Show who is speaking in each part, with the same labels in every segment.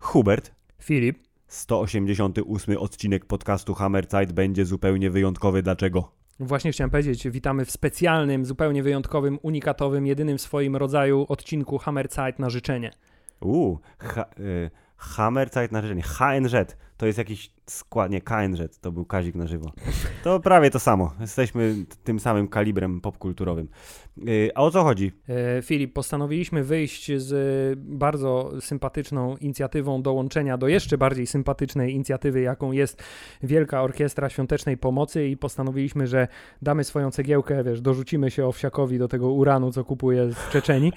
Speaker 1: Hubert,
Speaker 2: Filip,
Speaker 1: 188 odcinek podcastu Hammerzeit będzie zupełnie wyjątkowy. Dlaczego?
Speaker 2: właśnie chciałem powiedzieć, witamy w specjalnym, zupełnie wyjątkowym, unikatowym, jedynym w swoim rodzaju odcinku Hammerzeit na życzenie.
Speaker 1: Uuu, ha, y, Hammerzeit na życzenie. HNZ to jest jakiś skład, nie, KNZ to był Kazik na żywo. To prawie to samo. Jesteśmy t- tym samym kalibrem popkulturowym. Y, a o co chodzi?
Speaker 2: E, Filip, postanowiliśmy wyjść z e, bardzo sympatyczną inicjatywą dołączenia do jeszcze bardziej sympatycznej inicjatywy, jaką jest Wielka Orkiestra Świątecznej Pomocy i postanowiliśmy, że damy swoją cegiełkę, wiesz, dorzucimy się Owsiakowi do tego uranu, co kupuje z Czeczeni,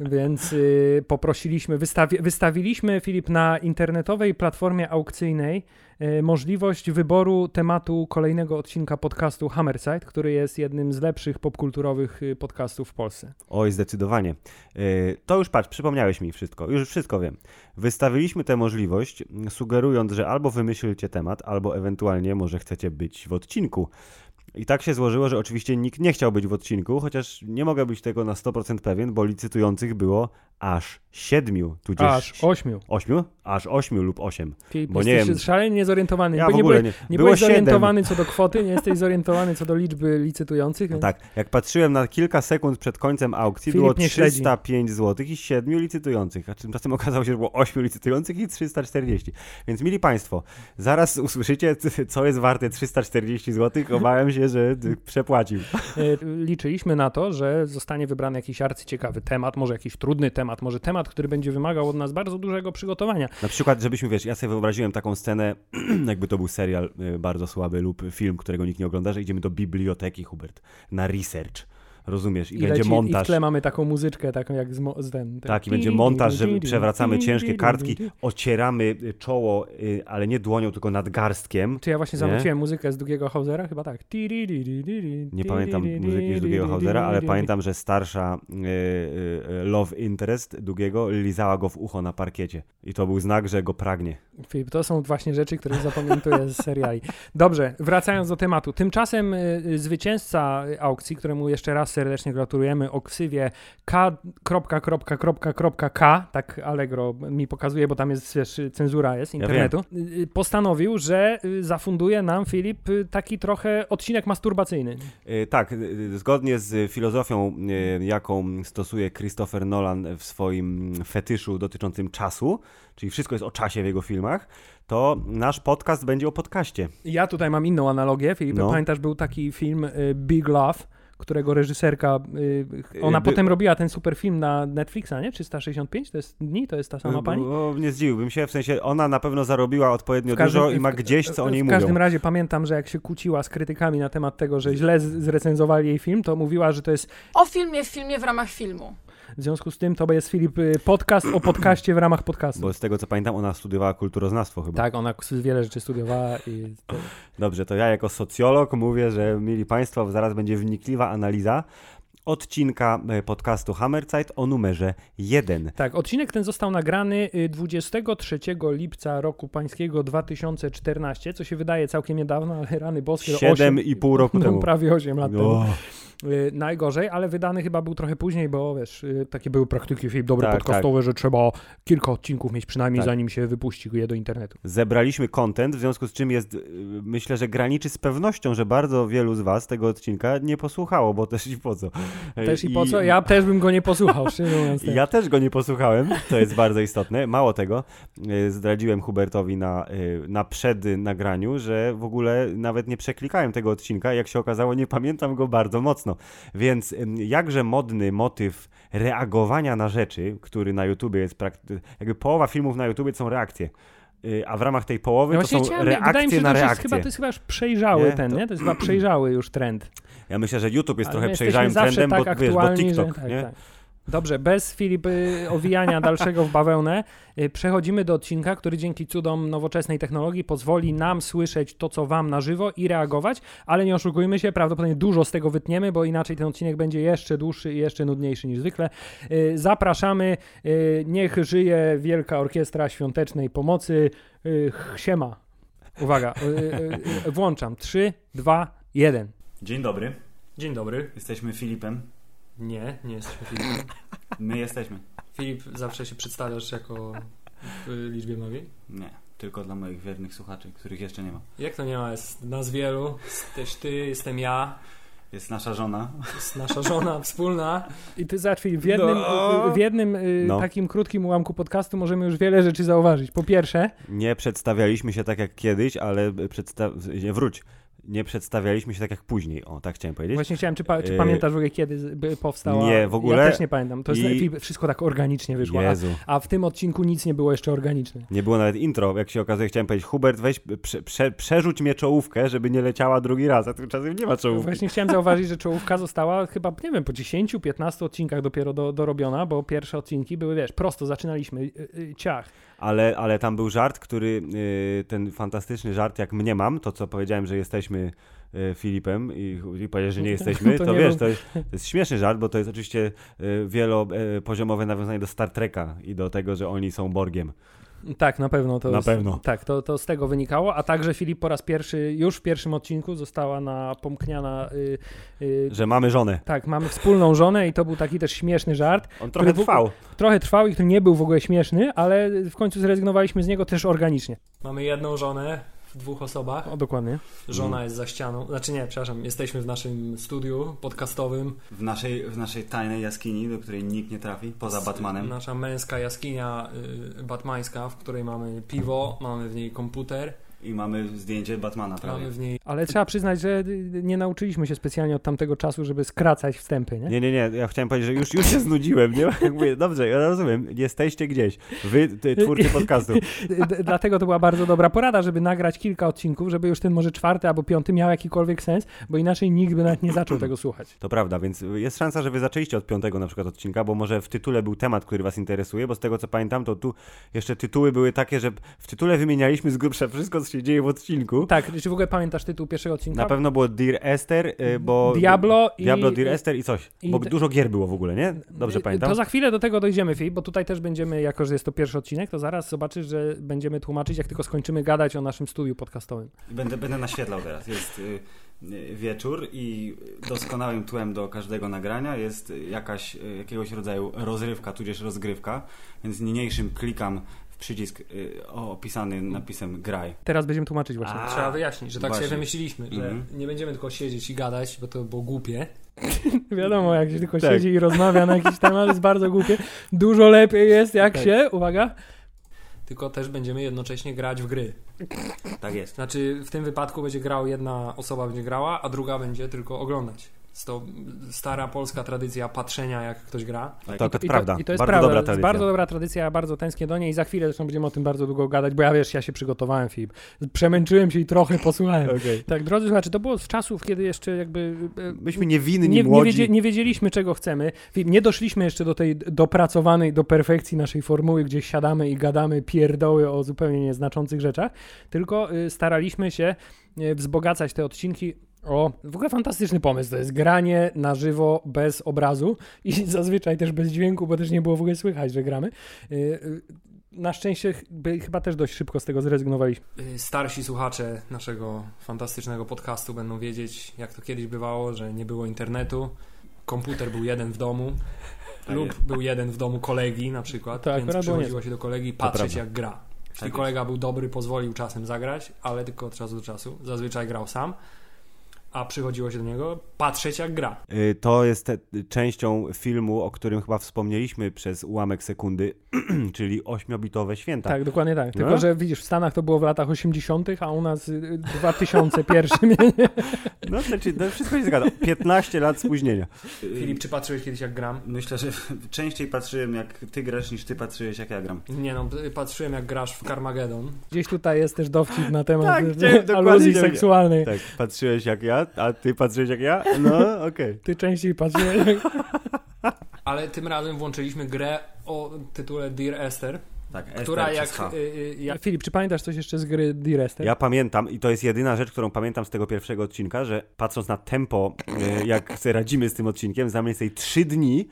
Speaker 2: więc e, poprosiliśmy, wystawi wystawiliśmy, Filip, na internetowej platformie aukcyjnej e, możliwość wyboru tematu kolejnego odcinka podcastu Hammerside, który jest jednym z lepszych popkulturowych e, podcastów w Polsce.
Speaker 1: Oj, zdecydowanie. Y, To już patrz, przypomniałeś mi wszystko, już wszystko wiem. Wystawiliśmy tę możliwość, m, sugerując, że albo wymyślcie temat, albo ewentualnie może chcecie być w odcinku. I tak się złożyło, że oczywiście nikt nie chciał być w odcinku, chociaż nie mogę być tego na 100% pewien, bo licytujących było aż siedmiu, tudzież
Speaker 2: Aż ośmiu.
Speaker 1: ośmiu? Aż ośmiu lub osiem.
Speaker 2: Filip,
Speaker 1: Bo nie
Speaker 2: jesteś
Speaker 1: wiem.
Speaker 2: szalenie niezorientowany.
Speaker 1: Ja
Speaker 2: Bo
Speaker 1: w
Speaker 2: nie,
Speaker 1: ogóle
Speaker 2: byłeś-
Speaker 1: nie.
Speaker 2: nie
Speaker 1: Było
Speaker 2: byłeś
Speaker 1: siedem.
Speaker 2: zorientowany co do kwoty, nie jesteś zorientowany co do liczby licytujących. Więc...
Speaker 1: Tak, jak patrzyłem na kilka sekund przed końcem aukcji,
Speaker 2: Filip
Speaker 1: było
Speaker 2: nie śledzi.
Speaker 1: 305 zł i 7 licytujących, a tymczasem okazało się, że było 8 licytujących i 340. Więc mili Państwo, zaraz usłyszycie, c- co jest warte 340 zł. Obawiam się, że d- przepłacił.
Speaker 2: E, Liczyliśmy na to, że zostanie wybrany jakiś arcyciekawy temat, może jakiś trudny temat, może temat, który będzie wymagał od nas bardzo dużego przygotowania.
Speaker 1: Na przykład, żebyśmy, wiesz, ja sobie wyobraziłem taką scenę, jakby to był serial y, bardzo słaby lub film, którego nikt nie ogląda, że idziemy do biblioteki, Hubert, na research. Rozumiesz? I, będzie
Speaker 2: leci- I w
Speaker 1: montaż.
Speaker 2: tle mamy taką muzyczkę, taką jak z, mo- z ten. ten-
Speaker 1: Tak, i będzie montaż, że przewracamy ciężkie kartki, ocieramy y, czoło, y, ale nie dłonią, tylko nadgarstkiem.
Speaker 2: Czy ja właśnie
Speaker 1: Nie?
Speaker 2: zamówiłem muzykę z drugiego Hausera? Chyba tak. Tiririri,
Speaker 1: Nie pamiętam muzyki z drugiego Hausera, ale pamiętam, że starsza y, y, y, love interest Dugiego lizała go w ucho na parkiecie. I to był znak, że go pragnie.
Speaker 2: Filip, to są właśnie rzeczy, które zapamiętuję z seriali. Dobrze, wracając do tematu. Tymczasem y, y, zwycięzca y, aukcji, któremu jeszcze raz serdecznie gratulujemy, o ksywie k. kropka, kropka, kropka, kropka, k, tak Allegro mi pokazuje, bo tam jest wiesz, y, cenzura jest internetu, y, y, postanowił, że y, zafunduje nam Filip y, taki trochę odcinek masturbacyjny.
Speaker 1: Y, Tak, y, y, zgodnie z filozofią, y, jaką stosuje Christopher Nolan w swoim fetyszu dotyczącym czasu, czyli wszystko jest o czasie w jego filmach, to nasz podcast będzie o podcaście.
Speaker 2: Ja tutaj mam inną analogię. Filip,
Speaker 1: No.
Speaker 2: pamiętasz, był taki film y, Big Love, którego reżyserka, y, ona
Speaker 1: Y, by-
Speaker 2: potem robiła ten super film na Netflixa, nie? 365 to jest dni, to jest ta
Speaker 1: Y,
Speaker 2: sama pani?
Speaker 1: O, nie zdziwiłbym się, w sensie ona na pewno zarobiła odpowiednio
Speaker 2: W każdym-
Speaker 1: dużo i ma
Speaker 2: w-
Speaker 1: gdzieś, co o niej
Speaker 2: w
Speaker 1: mówią.
Speaker 2: każdym razie pamiętam, że jak się kłóciła z krytykami na temat tego, że źle z- zrecenzowali jej film, to mówiła, że to jest
Speaker 3: O filmie w filmie w ramach filmu.
Speaker 2: w związku z tym to jest Filip y, podcast o podcaście w ramach podcastu.
Speaker 1: Bo z tego co pamiętam, ona studiowała kulturoznawstwo chyba.
Speaker 2: Tak, ona k- wiele rzeczy studiowała i to,
Speaker 1: Dobrze, to ja jako socjolog mówię, że mieli Państwo, zaraz będzie wnikliwa analiza odcinka e, podcastu Hammerzeit o numerze 1.
Speaker 2: Tak, odcinek ten został nagrany y, 23 lipca roku pańskiego 2014, co się wydaje całkiem niedawno, ale rany boskie
Speaker 1: Siedem
Speaker 2: osiem-
Speaker 1: i pół roku
Speaker 2: no,
Speaker 1: temu.
Speaker 2: prawie 8 lat temu.
Speaker 1: O,
Speaker 2: Y, Najgorzej, ale wydany chyba był trochę później, bo wiesz, y, takie były praktyki film dobre
Speaker 1: Tak,
Speaker 2: podcastowe, że trzeba kilka odcinków mieć przynajmniej
Speaker 1: Tak.
Speaker 2: zanim się wypuści je do internetu.
Speaker 1: zebraliśmy content, w związku z czym jest, y, myślę, że graniczy z pewnością, że bardzo wielu z Was tego odcinka nie posłuchało, bo też i po co. E,
Speaker 2: Też i po co? Ja też bym go nie posłuchał, szczerze mówiąc. tak.
Speaker 1: Ja też go nie posłuchałem, to jest bardzo istotne. Mało tego, y, zdradziłem Hubertowi na, y, na przed nagraniu, że w ogóle nawet nie przeklikałem tego odcinka. Jak się okazało, nie pamiętam go bardzo mocno. Więc ym, jakże modny motyw reagowania na rzeczy, który na YouTubie jest praktycznie... Jakby połowa filmów na YouTubie są reakcje. Y, A w ramach tej połowy to
Speaker 2: właśnie
Speaker 1: są
Speaker 2: chciałem- wydaje mi się,
Speaker 1: reakcje
Speaker 2: że
Speaker 1: na
Speaker 2: to już jest
Speaker 1: reakcje.
Speaker 2: chyba, to jest chyba już przejrzały
Speaker 1: Nie?
Speaker 2: ten,
Speaker 1: To-
Speaker 2: nie? To jest chyba przejrzały już trend.
Speaker 1: Ja myślę, że YouTube jest
Speaker 2: Ale
Speaker 1: trochę
Speaker 2: my
Speaker 1: przejrzałym
Speaker 2: jesteśmy zawsze
Speaker 1: trendem,
Speaker 2: tak
Speaker 1: bo wiesz, bo
Speaker 2: aktualni,
Speaker 1: TikTok,
Speaker 2: że- tak,
Speaker 1: nie?
Speaker 2: tak. Dobrze, bez Filip y, owijania dalszego w bawełnę, y, przechodzimy do odcinka, który dzięki cudom nowoczesnej technologii pozwoli nam słyszeć to, co wam na żywo i reagować, ale nie oszukujmy się, prawdopodobnie dużo z tego wytniemy, bo inaczej ten odcinek będzie jeszcze dłuższy i jeszcze nudniejszy niż zwykle. Y, Zapraszamy, y, niech żyje Wielka Orkiestra Świątecznej Pomocy. Y, Siema. Uwaga, y, y, y, włączam. 3, 2, Jeden.
Speaker 4: Dzień dobry,
Speaker 2: Dzień dobry.
Speaker 4: jesteśmy Filipem.
Speaker 5: Nie, nie jesteśmy Filipem.
Speaker 4: My jesteśmy.
Speaker 5: Filip zawsze się przedstawiasz jako w liczbie mnogiej.
Speaker 4: Nie, tylko dla moich wiernych słuchaczy, których jeszcze nie ma.
Speaker 5: Jak to nie ma? Jest nas wielu, jesteś ty, jestem ja,
Speaker 4: Jest nasza żona.
Speaker 5: jest nasza żona wspólna.
Speaker 2: I ty zobacz, Filip, w jednym,
Speaker 4: No.
Speaker 2: y, w jednym y,
Speaker 1: No.
Speaker 2: takim krótkim ułamku podcastu możemy już wiele rzeczy zauważyć. Po pierwsze,
Speaker 1: Nie przedstawialiśmy się tak jak kiedyś, ale przedsta- nie, wróć. Nie przedstawialiśmy się tak jak później. O, tak chciałem powiedzieć.
Speaker 2: właśnie chciałem, czy, pa, czy
Speaker 1: Y,
Speaker 2: pamiętasz w ogóle, kiedy z- by powstała?
Speaker 1: nie, w ogóle.
Speaker 2: Ja też nie pamiętam. To jest,
Speaker 1: I-
Speaker 2: Filip, wszystko tak organicznie wyszło. A,
Speaker 1: Jezu.
Speaker 2: a w tym odcinku nic nie było jeszcze organiczne.
Speaker 1: Nie było nawet intro, jak się okazuje, chciałem powiedzieć, Hubert, weź, prze, prze, przerzuć mnie czołówkę, żeby nie leciała drugi raz, a tymczasem nie ma czołówki.
Speaker 2: Właśnie chciałem zauważyć, że czołówka została chyba, nie wiem, po 10-15 odcinkach dopiero do, dorobiona, bo pierwsze odcinki były, wiesz, prosto zaczynaliśmy, y, y, ciach.
Speaker 1: Ale, ale tam był żart, który, y, ten fantastyczny żart, jak mnie mam, to co powiedziałem, że jesteśmy y, Filipem i, i powiedział, że nie jesteśmy, to,
Speaker 2: To nie
Speaker 1: wiesz,
Speaker 2: był-
Speaker 1: to jest, to jest śmieszny żart, bo to jest oczywiście y, wielopoziomowe nawiązanie do Star Treka i do tego, że oni są Borgiem.
Speaker 2: Tak, na pewno to.
Speaker 1: Na
Speaker 2: z,
Speaker 1: pewno.
Speaker 2: Tak, to, to z tego wynikało, a także Filip po raz pierwszy, już w pierwszym odcinku została napomkniana. Y, y,
Speaker 1: Że mamy żonę.
Speaker 2: tak, mamy wspólną żonę i to był taki też śmieszny żart.
Speaker 1: On trochę
Speaker 2: w-
Speaker 1: trwał.
Speaker 2: Trochę trwał i który nie był w ogóle śmieszny, ale w końcu zrezygnowaliśmy z niego też organicznie.
Speaker 5: Mamy jedną żonę w dwóch osobach.
Speaker 2: O, dokładnie.
Speaker 4: Mm.
Speaker 5: Żona jest za ścianą. Znaczy nie, przepraszam, jesteśmy w naszym studiu podcastowym.
Speaker 4: W naszej, w naszej tajnej jaskini, do której nikt nie trafi, poza
Speaker 2: no.
Speaker 4: Batmanem.
Speaker 5: Nasza męska jaskinia y, batmańska, w której mamy piwo, mamy w niej komputer,
Speaker 4: I mamy zdjęcie Batmana prawie.
Speaker 5: mamy w niej
Speaker 2: Ale trzeba przyznać, że y, nie nauczyliśmy się specjalnie od tamtego czasu, żeby skracać wstępy, nie?
Speaker 1: Nie, nie, nie, ja chciałem powiedzieć, że już, już się znudziłem, nie? Jak Mówię, dobrze, ja rozumiem, jesteście gdzieś, wy, ty, twórcy podcastu.
Speaker 2: D- d- Dlatego to była bardzo dobra porada, żeby nagrać kilka odcinków, żeby już ten może czwarty albo piąty miał jakikolwiek sens, bo inaczej nikt by nawet nie zaczął tego słuchać.
Speaker 1: To prawda, więc jest szansa, że wy zaczęliście od piątego na przykład odcinka, bo może w tytule był temat, który was interesuje, bo z tego co pamiętam, to tu jeszcze tytuły były takie, że w tytule wymienialiśmy z grubsza wszystko, co się dzieje w odcinku.
Speaker 2: Tak, czy w ogóle pamiętasz tytuł pierwszego odcinka?
Speaker 1: Na pewno było Dear Esther, y, bo...
Speaker 2: Diablo i-
Speaker 1: Diablo, Dear Esther i coś,
Speaker 2: i
Speaker 1: bo
Speaker 2: te-
Speaker 1: dużo gier było w ogóle, nie? Dobrze
Speaker 2: Y,
Speaker 1: pamiętam?
Speaker 2: To za chwilę do tego dojdziemy, Filip, bo tutaj też będziemy, jako że jest to pierwszy odcinek, to zaraz zobaczysz, że będziemy tłumaczyć, jak tylko skończymy gadać o naszym studiu podcastowym.
Speaker 4: I Będę, będę naświetlał teraz. Jest y, y, wieczór i doskonałym tłem do każdego nagrania jest y, jakaś, y, jakiegoś rodzaju rozrywka, tudzież rozgrywka, więc niniejszym klikam w przycisk y, o- opisany napisem graj.
Speaker 2: Teraz będziemy tłumaczyć właśnie.
Speaker 1: A,
Speaker 5: Trzeba wyjaśnić, że tak
Speaker 4: Właśnie.
Speaker 5: sobie wymyśliliśmy, że
Speaker 4: Mhm.
Speaker 5: nie będziemy tylko siedzieć i gadać, bo to było głupie.
Speaker 2: Wiadomo, jak się tylko
Speaker 1: Tak.
Speaker 2: siedzi i rozmawia na jakiś temat, jest bardzo głupie. Dużo lepiej jest, jak
Speaker 5: Tak.
Speaker 2: się, uwaga,
Speaker 5: Tylko też będziemy jednocześnie grać w gry.
Speaker 4: Tak jest.
Speaker 5: Znaczy w tym wypadku będzie grał jedna osoba będzie grała, a druga będzie tylko oglądać. Jest to stara polska tradycja patrzenia jak ktoś gra.
Speaker 1: Tak,
Speaker 4: Tak.
Speaker 1: To akurat
Speaker 2: I to,
Speaker 1: prawda,
Speaker 2: I to jest
Speaker 1: bardzo
Speaker 2: prawda.
Speaker 1: dobra
Speaker 2: to jest
Speaker 1: tradycja.
Speaker 2: bardzo dobra tradycja, ja bardzo tęsknię do niej i za chwilę zresztą będziemy o tym bardzo długo gadać, bo ja wiesz, ja się przygotowałem, Filip. Przemęczyłem się i trochę posłuchałem.
Speaker 1: Okej.
Speaker 2: Tak, drodzy słuchacze, to było z czasów, kiedy jeszcze jakby... e,
Speaker 1: Myśmy niewinni,
Speaker 2: Nie, nie,
Speaker 1: młodzi.
Speaker 2: wiedzie, nie wiedzieliśmy, czego chcemy. Filip, Nie doszliśmy jeszcze do tej dopracowanej, do perfekcji naszej formuły, gdzie siadamy i gadamy pierdoły o zupełnie nieznaczących rzeczach, tylko y, staraliśmy się y, wzbogacać te odcinki o... W ogóle fantastyczny pomysł to jest granie na żywo, bez obrazu i zazwyczaj też bez dźwięku, bo też nie było w ogóle słychać, że gramy. Y, y, Na szczęście ch- by- chyba też dość szybko z tego zrezygnowaliśmy.
Speaker 5: Y, Starsi słuchacze naszego fantastycznego podcastu będą wiedzieć, jak to kiedyś bywało, że nie było internetu. Komputer był jeden w domu
Speaker 4: Tak
Speaker 5: lub
Speaker 4: jest.
Speaker 5: był jeden w domu kolegi na przykład,
Speaker 2: To Tak, akurat
Speaker 5: więc
Speaker 2: było
Speaker 5: przychodziło się do kolegi patrzeć
Speaker 1: prawda.
Speaker 5: jak gra.
Speaker 4: Tak
Speaker 5: Czyli
Speaker 4: jest.
Speaker 5: kolega był dobry, pozwolił czasem zagrać, ale tylko od czasu do czasu. Zazwyczaj grał sam, a przychodziło się do niego patrzeć jak gra.
Speaker 1: Y, To jest te, częścią filmu, o którym chyba wspomnieliśmy przez ułamek sekundy, czyli ośmiobitowe święta.
Speaker 2: Tak, dokładnie tak. Tylko,
Speaker 1: No.
Speaker 2: że widzisz, w Stanach to było w latach 80., a u nas y, y, 2001.
Speaker 1: No, znaczy, to wszystko się zgadza. 15 lat spóźnienia.
Speaker 4: Y,
Speaker 5: Filip, czy patrzyłeś kiedyś jak gram?
Speaker 4: Myślę, że częściej patrzyłem jak ty grasz niż ty patrzyłeś jak ja gram.
Speaker 5: Nie no, p- patrzyłem jak grasz w Carmageddon.
Speaker 2: Gdzieś tutaj jest też dowcip na temat
Speaker 1: Tak,
Speaker 2: e,
Speaker 1: chciałem dokładnie
Speaker 2: aluzji
Speaker 1: do mnie.
Speaker 2: seksualnej.
Speaker 1: Tak, patrzyłeś jak ja, a ty patrzyłeś jak ja? No, okej.
Speaker 2: Ty częściej patrzyłeś.
Speaker 5: Ale tym razem włączyliśmy grę o tytule Dear Esther,
Speaker 4: Tak,
Speaker 5: która
Speaker 4: Ester przez
Speaker 5: jak,
Speaker 4: H.
Speaker 5: y, y, jak
Speaker 2: Filip, czy pamiętasz coś jeszcze z gry Direster?
Speaker 1: Ja pamiętam, i to jest jedyna rzecz, którą pamiętam z tego pierwszego y, odcinka, że patrząc na tempo, e, jak sobie radzimy z tym odcinkiem, za mniej więcej 3 dni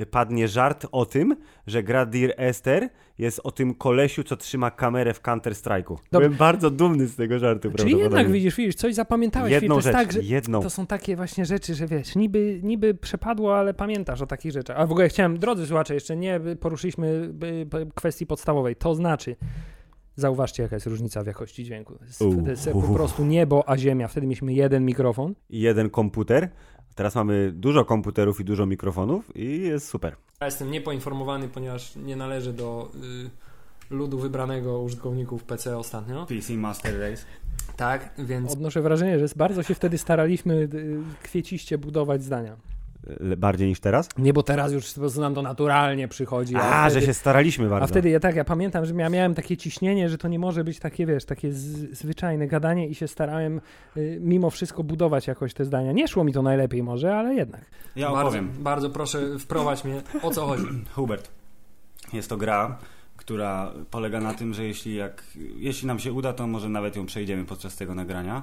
Speaker 1: y, padnie żart o tym, że gra Dear Esther jest o tym kolesiu, co trzyma kamerę w Counter-Strike'u. Byłem bardzo dumny z tego żartu,
Speaker 2: Czyli jednak
Speaker 1: prawdopodobnie.
Speaker 2: widzisz, widzisz, coś zapamiętałeś.
Speaker 1: Jedną
Speaker 2: widzisz, to
Speaker 1: rzecz,
Speaker 2: jest tak, że
Speaker 1: jedną.
Speaker 2: To są takie właśnie rzeczy, że wiesz, niby, niby przepadło, ale pamiętasz o takich rzeczach. A w ogóle chciałem, drodzy słuchacze, jeszcze nie poruszyliśmy y, p- kwestii podstawowej. To znaczy, zauważcie jaka jest różnica w jakości dźwięku. S-
Speaker 1: U.
Speaker 2: Wtedy se po prostu niebo, a ziemia. Wtedy mieliśmy jeden mikrofon.
Speaker 1: I jeden komputer. Teraz mamy dużo komputerów i dużo mikrofonów i jest super.
Speaker 5: Ja jestem niepoinformowany, ponieważ nie należy do y, ludu wybranego użytkowników PC ostatnio.
Speaker 4: PC Master Race.
Speaker 5: Tak, więc
Speaker 2: Odnoszę wrażenie, że bardzo się wtedy staraliśmy y, kwieciście budować zdania.
Speaker 1: Le- Bardziej niż teraz?
Speaker 2: Nie, bo teraz już po prostu nam to naturalnie przychodzi.
Speaker 1: A,
Speaker 2: wtedy-
Speaker 1: że się staraliśmy bardzo.
Speaker 2: A wtedy ja tak, ja pamiętam, że ja miałem takie ciśnienie, że to nie może być takie, wiesz, takie z, zwyczajne gadanie i się starałem y, mimo wszystko budować jakoś te zdania. Nie szło mi to najlepiej może, ale jednak.
Speaker 4: Ja
Speaker 5: bardzo,
Speaker 4: opowiem.
Speaker 5: bardzo proszę wprowadź mnie, o co chodzi.
Speaker 4: Hubert. Jest to gra, która polega na tym, że jeśli, jak, jeśli nam się uda, to może nawet ją przejdziemy podczas tego nagrania.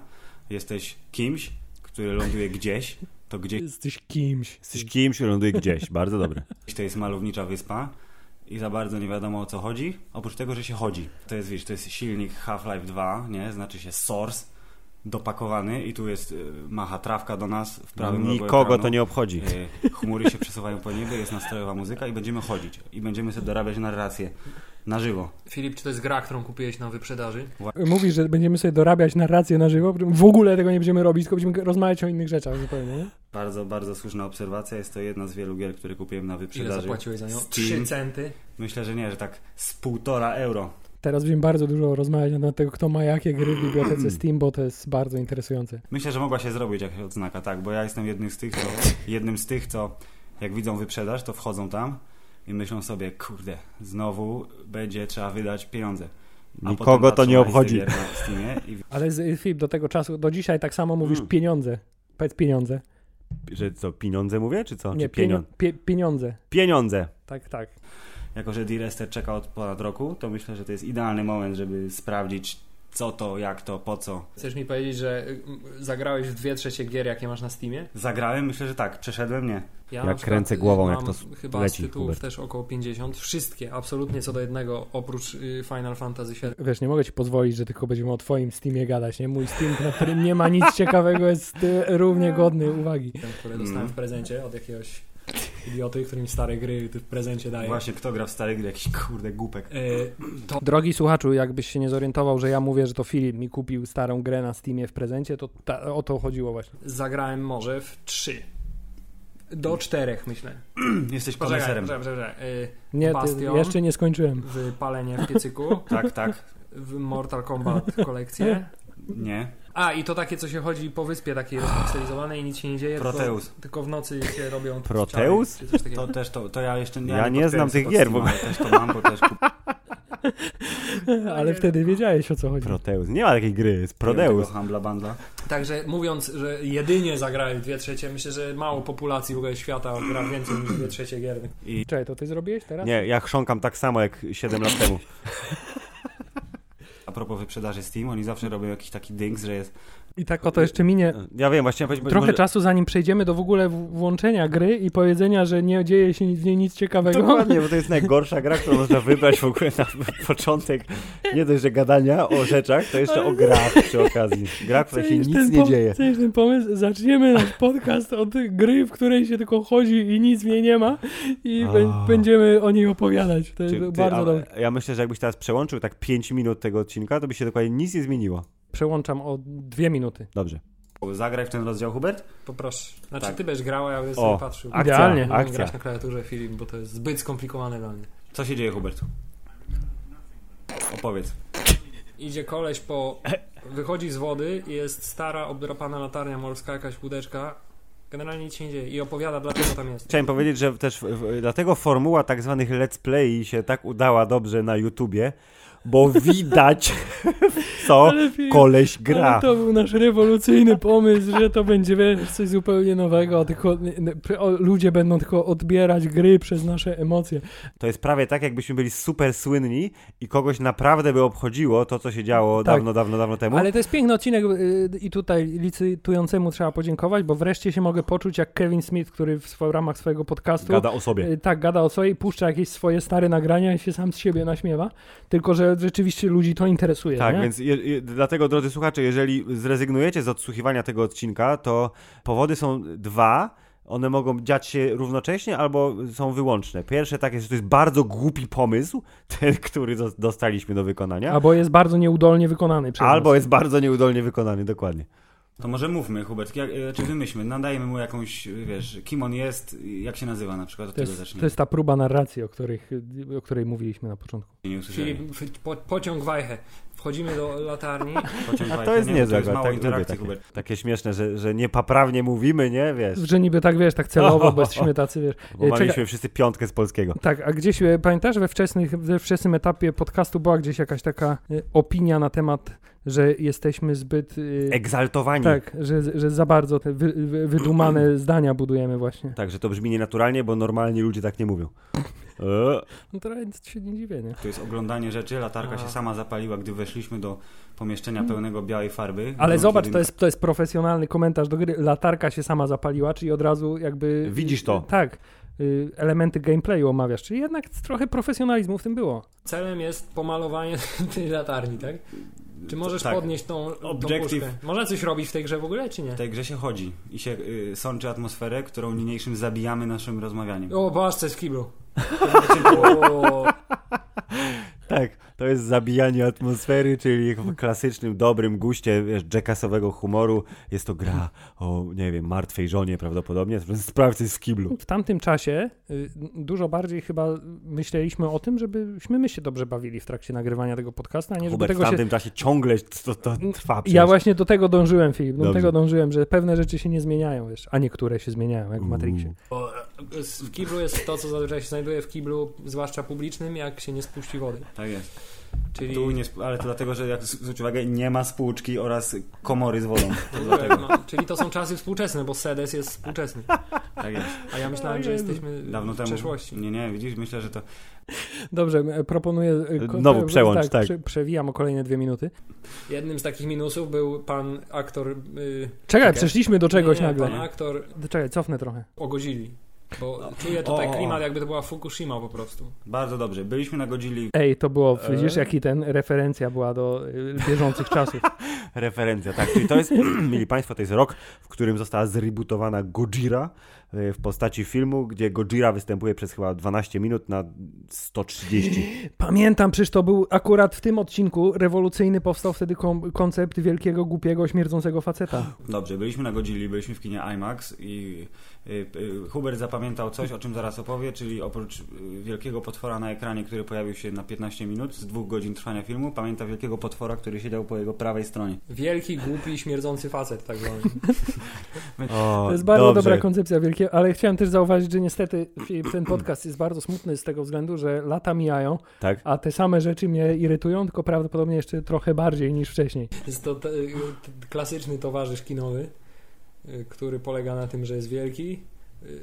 Speaker 4: Jesteś kimś, który ląduje gdzieś, to gdzieś
Speaker 2: Jesteś kimś.
Speaker 1: Jesteś kimś, ląduje gdzieś. Bardzo dobry.
Speaker 4: to jest malownicza wyspa i za bardzo nie wiadomo o co chodzi, oprócz tego, że się chodzi. To jest, wiesz, to jest silnik Half-Life 2, nie? Znaczy się Source, dopakowany i tu jest, y, macha trawka do nas w prawym rogu
Speaker 1: No, Nikogo
Speaker 4: ekranu.
Speaker 1: to nie obchodzi.
Speaker 4: E, Chmury się przesuwają po niebie, jest nastrojowa muzyka i będziemy chodzić. I będziemy sobie dorabiać narrację na żywo.
Speaker 5: Filip, czy to jest gra, którą kupiłeś na wyprzedaży?
Speaker 2: Mówisz, że będziemy sobie dorabiać narrację na żywo, w ogóle tego nie będziemy robić, tylko będziemy rozmawiać o innych rzeczach zupełnie. nie?
Speaker 4: Bardzo, bardzo słuszna obserwacja. Jest to jedna z wielu gier, które kupiłem na
Speaker 5: Ile
Speaker 4: wyprzedaży.
Speaker 5: zapłaciłeś za nią?
Speaker 4: Steam.
Speaker 5: 3 centy.
Speaker 4: Myślę, że nie, że tak z półtora euro.
Speaker 2: Teraz będziemy bardzo dużo rozmawiać na temat tego, kto ma jakie gry w bibliotece Steam, bo to jest bardzo interesujące.
Speaker 4: Myślę, że mogła się zrobić jakaś odznaka, tak, bo ja jestem jednym z tych, co, jednym z tych, co jak widzą wyprzedaż, to wchodzą tam i myślą sobie, kurde, znowu będzie trzeba wydać pieniądze. A potem
Speaker 1: Nikogo to
Speaker 4: patrzą
Speaker 1: nie
Speaker 4: na listę
Speaker 1: obchodzi.
Speaker 4: gier na Steamie i
Speaker 2: Ale z, Filip, do tego czasu, do dzisiaj tak samo mówisz
Speaker 1: Mm.
Speaker 2: pieniądze. Powiedz pieniądze.
Speaker 1: Że co, pieniądze mówię, czy co?
Speaker 2: nie,
Speaker 1: No, czy pieniądze?
Speaker 2: pienio- pie- pieniądze.
Speaker 1: Pieniądze.
Speaker 2: Tak, tak.
Speaker 4: Jako, że Direster czeka od ponad roku, to myślę, że to jest idealny moment, żeby sprawdzić co to, jak to, po co.
Speaker 5: Chcesz mi powiedzieć, że y, zagrałeś w dwie trzecie gier, jakie masz na Steamie?
Speaker 4: Zagrałem? Myślę, że tak. Przeszedłem? Nie.
Speaker 5: Ja
Speaker 1: Jak
Speaker 5: na przykład
Speaker 1: kręcę głową,
Speaker 5: mam
Speaker 1: jak to s-
Speaker 5: chyba
Speaker 1: leci,
Speaker 5: z tytułów
Speaker 1: Hubert.
Speaker 5: też około 50. Wszystkie, absolutnie co do jednego, oprócz y, Final Fantasy VII.
Speaker 2: Wiesz, nie mogę ci pozwolić, że tylko będziemy o twoim Steamie gadać, nie? Mój Steam, na którym nie ma nic ciekawego, jest y, równie godny uwagi.
Speaker 5: Ten, które dostałem w prezencie od jakiegoś idioty, który mi stare gry w prezencie daje.
Speaker 4: Właśnie, kto gra w stare gry? Jakiś kurde głupek.
Speaker 5: Y, to
Speaker 2: Drogi słuchaczu, jakbyś się nie zorientował, że ja mówię, że to Filip mi kupił starą grę na Steamie w prezencie, to ta, o to chodziło właśnie.
Speaker 5: zagrałem może w trzy. Do czterech myślę.
Speaker 4: Jesteś
Speaker 5: Poczekaj,
Speaker 4: koneserem.
Speaker 5: poczekaj, poczekaj. Y,
Speaker 2: Nie, ty,
Speaker 5: Bastion?
Speaker 2: jeszcze nie skończyłem.
Speaker 5: w Palenie w piecyku,
Speaker 4: Tak, tak.
Speaker 5: w Mortal Kombat kolekcję.
Speaker 4: Nie.
Speaker 5: A, i to takie, co się chodzi po wyspie takiej rozpikselizowanej i nic się nie dzieje. Tylko,
Speaker 4: Proteus.
Speaker 5: tylko w nocy się robią
Speaker 1: Proteus?
Speaker 5: czary, czy coś takiego.
Speaker 4: To też to, to ja jeszcze
Speaker 1: Ja nie znam
Speaker 4: podpiąłem
Speaker 1: tych
Speaker 4: pod
Speaker 1: gier w ogóle.
Speaker 4: Steama, ale Też to mam, bo też kupiłem
Speaker 2: Ale wtedy wiedziałeś, o co chodzi.
Speaker 1: Proteus. Nie ma takiej gry, jest Prodeus.
Speaker 4: tego Humble Bundla.
Speaker 5: Także mówiąc, że jedynie zagrali dwie trzecie, myślę, że mało populacji w ogóle świata gra więcej niż dwie trzecie gier.
Speaker 2: Czekaj, to ty zrobiłeś teraz?
Speaker 1: Nie, ja chrząkam tak samo jak 7 lat temu.
Speaker 4: A propos wyprzedaży Steam, oni zawsze robią jakiś taki dings, że jest...
Speaker 2: I tak oto jeszcze minie
Speaker 1: Ja wiem, właśnie powiedzieć,
Speaker 2: trochę
Speaker 1: No, może...
Speaker 2: czasu, zanim przejdziemy do w ogóle w- włączenia gry i powiedzenia, że nie dzieje się w niej nic ciekawego.
Speaker 1: Dokładnie, bo to jest najgorsza gra, którą można wybrać w ogóle na początek. Nie dość, że gadania o rzeczach, to jeszcze o grach przy okazji. Gra, która się
Speaker 2: Cenisz
Speaker 1: nic
Speaker 2: ten
Speaker 1: nie
Speaker 2: pom-
Speaker 1: dzieje.
Speaker 2: Cenisz ten pomysł? Zaczniemy nasz podcast od gry, w której się tylko chodzi i nic w niej nie ma i
Speaker 1: A.
Speaker 2: bę- będziemy o niej opowiadać. To jest
Speaker 1: Czy ty,
Speaker 2: bardzo
Speaker 1: a-
Speaker 2: dobre.
Speaker 1: ja myślę, że jakbyś teraz przełączył tak 5 minut tego odcinka, to by się dokładnie nic nie zmieniło.
Speaker 2: Przełączam o dwie minuty.
Speaker 1: Dobrze.
Speaker 4: Zagraj w ten rozdział, Hubert?
Speaker 5: Poproszę. Znaczy
Speaker 4: Tak.
Speaker 5: ty będziesz grała, ja bym
Speaker 1: O,
Speaker 5: sobie patrzył.
Speaker 1: Akcja,
Speaker 2: Idealnie.
Speaker 5: Nie
Speaker 1: akcja.
Speaker 5: grać na klawiaturze Filip, bo to jest zbyt skomplikowane dla mnie.
Speaker 4: Co się dzieje, Hubert? Opowiedz.
Speaker 5: Idzie koleś po... Wychodzi z wody i jest stara, obdrapana latarnia morska, jakaś łódeczka. Generalnie nic się nie dzieje i opowiada, dlaczego tam jest.
Speaker 1: Chciałem powiedzieć, że też w, w, dlatego formuła tak zwanych let's play się tak udała dobrze na YouTubie, bo widać, w co koleś gra.
Speaker 2: Ale to był nasz rewolucyjny pomysł, że to będzie wiesz, coś zupełnie nowego, tylko n- o, ludzie będą tylko odbierać gry przez nasze emocje.
Speaker 1: To jest prawie tak, jakbyśmy byli super słynni i kogoś naprawdę by obchodziło to, co się działo
Speaker 2: Tak.
Speaker 1: dawno, dawno, dawno temu.
Speaker 2: Ale to jest piękny odcinek y, i tutaj licytującemu trzeba podziękować, bo wreszcie się mogę poczuć jak Kevin Smith, który w, swo- w ramach swojego podcastu
Speaker 1: Gada o sobie.
Speaker 2: Y, Tak, gada o swojej, puszcza jakieś swoje stare nagrania i się sam z siebie naśmiewa. Tylko, że rzeczywiście ludzi to interesuje.
Speaker 1: Tak,
Speaker 2: nie?
Speaker 1: więc je, je, dlatego, drodzy słuchacze, jeżeli zrezygnujecie z odsłuchiwania tego odcinka, to powody są dwa. One mogą dziać się równocześnie albo są wyłączne. Pierwsze takie, że to jest bardzo głupi pomysł, ten, który dos- dostaliśmy do wykonania,
Speaker 2: Albo jest bardzo nieudolnie wykonany przez
Speaker 1: albo
Speaker 2: nas.
Speaker 1: jest bardzo nieudolnie wykonany, dokładnie.
Speaker 4: To może mówmy, Hubert, jak, e, czy wymyślmy, nadajmy mu jakąś, e, wiesz, kim on jest, e, jak się nazywa na przykład,
Speaker 2: To
Speaker 4: od tego
Speaker 2: jest,
Speaker 4: zacznijmy.
Speaker 2: to jest ta próba narracji, o, których, y, o której mówiliśmy na początku.
Speaker 4: Nie usłyszeli.
Speaker 5: Filip, w- po, pociąg Wajchę. Wchodzimy do latarni.
Speaker 4: Pociąg
Speaker 1: A to
Speaker 4: Bajka.
Speaker 1: jest
Speaker 4: Nie, bo
Speaker 1: niezłe,
Speaker 4: to jest mało
Speaker 1: tak lubię
Speaker 4: interakcji,
Speaker 1: takie,
Speaker 4: Hubert.
Speaker 1: takie śmieszne, że, że niepoprawnie mówimy, nie? Wiesz,
Speaker 2: Że niby tak, wiesz, tak celowo, bo jesteśmy tacy, wiesz.
Speaker 1: bo
Speaker 2: Y,
Speaker 1: mieliśmy wszyscy piątkę z polskiego.
Speaker 2: Tak, a gdzieś, y, pamiętasz, we, wczesnych, we wczesnym etapie podcastu była gdzieś jakaś taka y, opinia na temat, że jesteśmy zbyt... y,
Speaker 1: Egzaltowani. Tak.
Speaker 2: tak, że, że za bardzo te wy, wy, wydumane zdania budujemy właśnie.
Speaker 1: Tak, że to brzmi nienaturalnie, bo normalnie ludzie tak nie mówią. E,
Speaker 2: No to nic się nie dziwię, nie?
Speaker 4: To jest oglądanie rzeczy, latarka
Speaker 5: A. Mhm.
Speaker 4: się sama zapaliła, gdy weszliśmy do pomieszczenia pełnego białej farby.
Speaker 2: Ale
Speaker 4: Był
Speaker 2: zobacz,
Speaker 4: jeden-
Speaker 2: to jest, to jest profesjonalny komentarz do gry. Latarka się sama zapaliła, czyli od razu jakby.
Speaker 1: Widzisz to.
Speaker 2: Tak. y, Elementy gameplayu omawiasz, czyli jednak trochę profesjonalizmu w tym było.
Speaker 5: Celem jest pomalowanie tej latarni, tak? Czy możesz
Speaker 4: Tak.
Speaker 5: podnieść tą, tą
Speaker 4: Objective.
Speaker 5: puszkę? Można coś robić w tej grze w ogóle, czy nie?
Speaker 4: W tej grze się chodzi i się y, sączy atmosferę, którą niniejszym zabijamy naszym rozmawianiem.
Speaker 5: O, patrz, co jest w kiblu. O,
Speaker 1: Tak, to jest zabijanie atmosfery, czyli w klasycznym, dobrym guście wiesz, jackasowego humoru. Jest to gra o, nie wiem, martwej żonie prawdopodobnie. Sprawdź, co jest w kiblu.
Speaker 2: W tamtym czasie y, dużo bardziej chyba myśleliśmy o tym, żebyśmy my się dobrze bawili w trakcie nagrywania tego podcasta, a nie żeby
Speaker 1: Hubert, w
Speaker 2: tego się.
Speaker 1: tamtym czasie ciągle to, to trwa przecież.
Speaker 2: Ja właśnie do tego dążyłem, Filip. Do
Speaker 1: Dobrze.
Speaker 2: tego dążyłem, że pewne rzeczy się nie zmieniają, wiesz, a niektóre się zmieniają, jak w
Speaker 1: Mm.
Speaker 2: Matrixie.
Speaker 5: o, w kiblu jest to, co zazwyczaj się znajduje w kiblu, zwłaszcza publicznym, jak się nie spuści wody.
Speaker 4: Tak jest.
Speaker 5: Czyli
Speaker 4: Tu nie, sp- ale to dlatego, że jak zwróć uwagę, nie ma spłuczki oraz komory z wodą.
Speaker 5: to dlatego, no, czyli to są czasy współczesne, bo Sedes jest współczesny.
Speaker 4: Tak jest.
Speaker 5: A ja myślałem, że jesteśmy
Speaker 4: Dawno
Speaker 5: w
Speaker 4: temu.
Speaker 5: przeszłości.
Speaker 4: Nie, nie, widzisz, myślę, że to
Speaker 2: Dobrze, e, proponuję. e, ko-
Speaker 1: Znowu
Speaker 2: e,
Speaker 1: przełącz, tak.
Speaker 2: prze- przewijam o kolejne dwie minuty.
Speaker 5: Jednym z takich minusów był pan aktor... y,
Speaker 2: Czekaj,
Speaker 5: Czekaj.
Speaker 2: przeszliśmy do czegoś
Speaker 5: nie,
Speaker 2: nagle.
Speaker 5: Pan aktor
Speaker 2: Czekaj, cofnę trochę.
Speaker 5: ogodzili. Bo czuję tutaj
Speaker 4: No. O, o, o.
Speaker 5: klimat, jakby to była Fukushima po prostu.
Speaker 4: bardzo dobrze. Byliśmy na Godzilli,
Speaker 2: Ej, to było,
Speaker 1: E?
Speaker 2: widzisz, jaki ten, referencja była do y, bieżących czasów.
Speaker 1: Referencja, tak. Czyli to jest, mili Państwo, to jest rok, w którym została zrebootowana Gojira e, w postaci filmu, gdzie Gojira występuje przez chyba 12 minut na 130.
Speaker 2: Pamiętam, przecież to był akurat w tym odcinku rewolucyjny powstał wtedy kom- koncept wielkiego, głupiego, śmierdzącego faceta.
Speaker 4: Dobrze, byliśmy na Godzilli, byliśmy w kinie IMAX i y, y, Hubert zapamiętał coś, o czym zaraz opowie, czyli oprócz y, wielkiego potwora na ekranie, który pojawił się na 15 minut z dwóch godzin trwania filmu, pamięta wielkiego potwora, który siedział po jego prawej stronie.
Speaker 5: Wielki, głupi, śmierdzący facet, tak zwany.
Speaker 1: O,
Speaker 2: To jest bardzo
Speaker 1: dobrze.
Speaker 2: dobra koncepcja wielkiego, ale chciałem też zauważyć, że niestety Filip, ten podcast jest bardzo smutny z tego względu, że lata mijają,
Speaker 1: Tak.
Speaker 2: a te same rzeczy mnie irytują, tylko prawdopodobnie jeszcze trochę bardziej niż wcześniej.
Speaker 5: Jest to t- t- klasyczny towarzysz kinowy, y, który polega na tym, że jest wielki, y,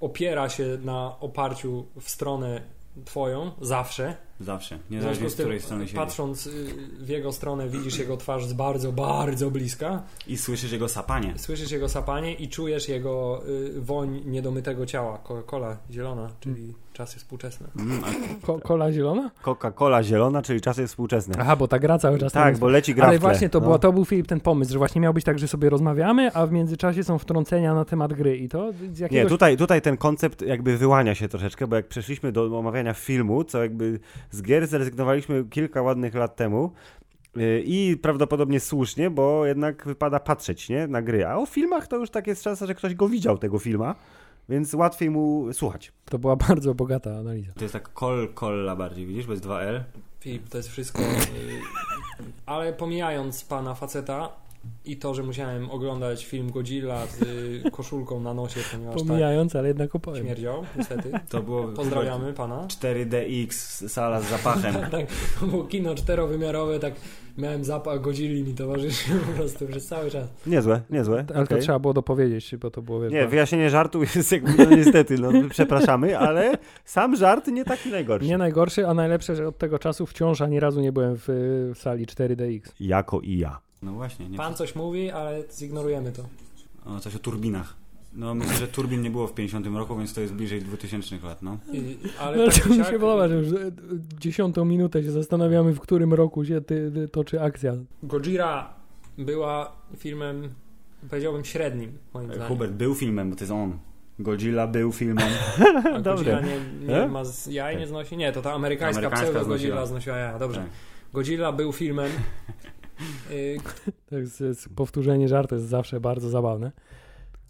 Speaker 5: opiera się na oparciu w stronę twoją, zawsze.
Speaker 4: Zawsze,
Speaker 5: W
Speaker 4: niezależnie
Speaker 5: związku
Speaker 4: z
Speaker 5: z tym,
Speaker 4: której strony siedzi.
Speaker 5: patrząc y, w jego stronę, widzisz jego twarz z bardzo, bardzo bliska,
Speaker 4: I słyszysz jego sapanie.
Speaker 5: słyszysz jego sapanie i czujesz jego y, woń niedomytego ciała. Coca-Cola zielona, czyli czasy współczesne.
Speaker 4: Mm, a
Speaker 2: Ko- kola zielona?
Speaker 1: Coca-Cola zielona, czyli czasy współczesne.
Speaker 2: Aha, bo ta gra cały czas tam
Speaker 1: Tak,
Speaker 2: jest.
Speaker 1: bo leci gra
Speaker 2: Ale
Speaker 1: w tle.
Speaker 2: właśnie to,
Speaker 1: No.
Speaker 2: była, to był Filip ten pomysł, że właśnie miał być tak, że sobie rozmawiamy, a w międzyczasie są wtrącenia na temat gry i to z jakiegoś...
Speaker 1: Nie, tutaj, tutaj ten koncept jakby wyłania się troszeczkę, bo jak przeszliśmy do omawiania filmu, co jakby z gier zrezygnowaliśmy kilka ładnych lat temu yy, i prawdopodobnie słusznie, bo jednak wypada patrzeć nie, na gry, a o filmach to już tak jest szansa, że ktoś go widział tego filma, więc łatwiej mu słuchać.
Speaker 2: To była bardzo bogata analiza.
Speaker 4: to jest tak kol, kolla bardziej, widzisz, bez 2L.
Speaker 5: Filip, to jest wszystko. y, Ale pomijając pana faceta, i to, że musiałem oglądać film Godzilla z y, koszulką na nosie, ponieważ tak
Speaker 2: Pomijając, ale jednak opowiem.
Speaker 5: śmierdział, niestety.
Speaker 4: To było
Speaker 5: Pozdrawiamy pana.
Speaker 4: 4DX, sala z zapachem.
Speaker 5: Tak, to było kino czterowymiarowe, tak miałem zapach Godzilli mi towarzyszył po prostu przez cały czas.
Speaker 1: Niezłe, niezłe.
Speaker 2: Ale to
Speaker 1: okej.
Speaker 2: trzeba było dopowiedzieć, bo to było... Wiesz,
Speaker 1: Nie,
Speaker 2: bardzo-
Speaker 1: wyjaśnienie żartu jest jakby, no niestety, no przepraszamy, ale sam żart nie taki najgorszy.
Speaker 2: Nie najgorszy, a najlepsze, że od tego czasu wciąż ani razu nie byłem w, y, w sali 4DX.
Speaker 1: Jako i ja.
Speaker 4: No właśnie, nie
Speaker 5: Pan coś mówi, ale zignorujemy to.
Speaker 4: O, coś o turbinach. No myślę, że turbin nie było w 50 roku, więc to jest bliżej 2000 lat, no.
Speaker 5: I,
Speaker 2: Ale
Speaker 5: ale
Speaker 2: no,
Speaker 5: tak
Speaker 2: to
Speaker 5: czy
Speaker 2: mi
Speaker 5: siak,
Speaker 2: się podoba, że już y, y, dziesiątą minutę się zastanawiamy, w którym roku się ty, ty, toczy akcja.
Speaker 5: Godzilla była filmem, powiedziałbym, średnim, moim zdaniem.
Speaker 4: E, Hubert był filmem, bo to jest on. Godzilla był filmem.
Speaker 5: A Godzilla
Speaker 1: Dobre.
Speaker 5: nie,
Speaker 1: E?
Speaker 5: nie ma z, jaj nie znosi? Nie, to ta amerykańska,
Speaker 4: Tak. Amerykańska
Speaker 5: pseudo
Speaker 4: znosiła.
Speaker 5: Godzilla znosiła jaja, dobrze.
Speaker 4: Tak.
Speaker 5: Godzilla był filmem, y,
Speaker 2: To jest, jest powtórzenie żartu jest zawsze bardzo zabawne.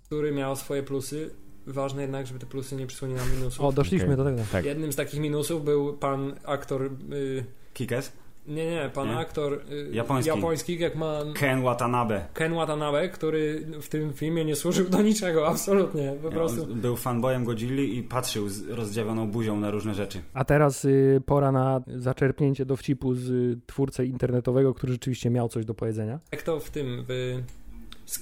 Speaker 5: który miał swoje plusy. Ważne jednak, żeby te plusy nie przysłoniły na minusów.
Speaker 2: O, doszliśmy
Speaker 1: Okej.
Speaker 2: do tego.
Speaker 1: tak.
Speaker 5: Jednym z takich minusów był pan aktor... Y,
Speaker 4: Kikes?
Speaker 5: nie, nie, pan
Speaker 4: Nie?
Speaker 5: aktor... Y,
Speaker 4: Japoński.
Speaker 5: Japoński, jak ma...
Speaker 4: Ken Watanabe.
Speaker 5: Ken Watanabe, który w tym filmie nie służył do niczego, absolutnie, po prostu.
Speaker 4: On Był fanbojem Godzilli i patrzył z rozdziawioną buzią na różne rzeczy.
Speaker 2: A teraz y, pora na zaczerpnięcie dowcipu z y, twórcy internetowego, który rzeczywiście miał coś do powiedzenia.
Speaker 5: Jak to w tym, w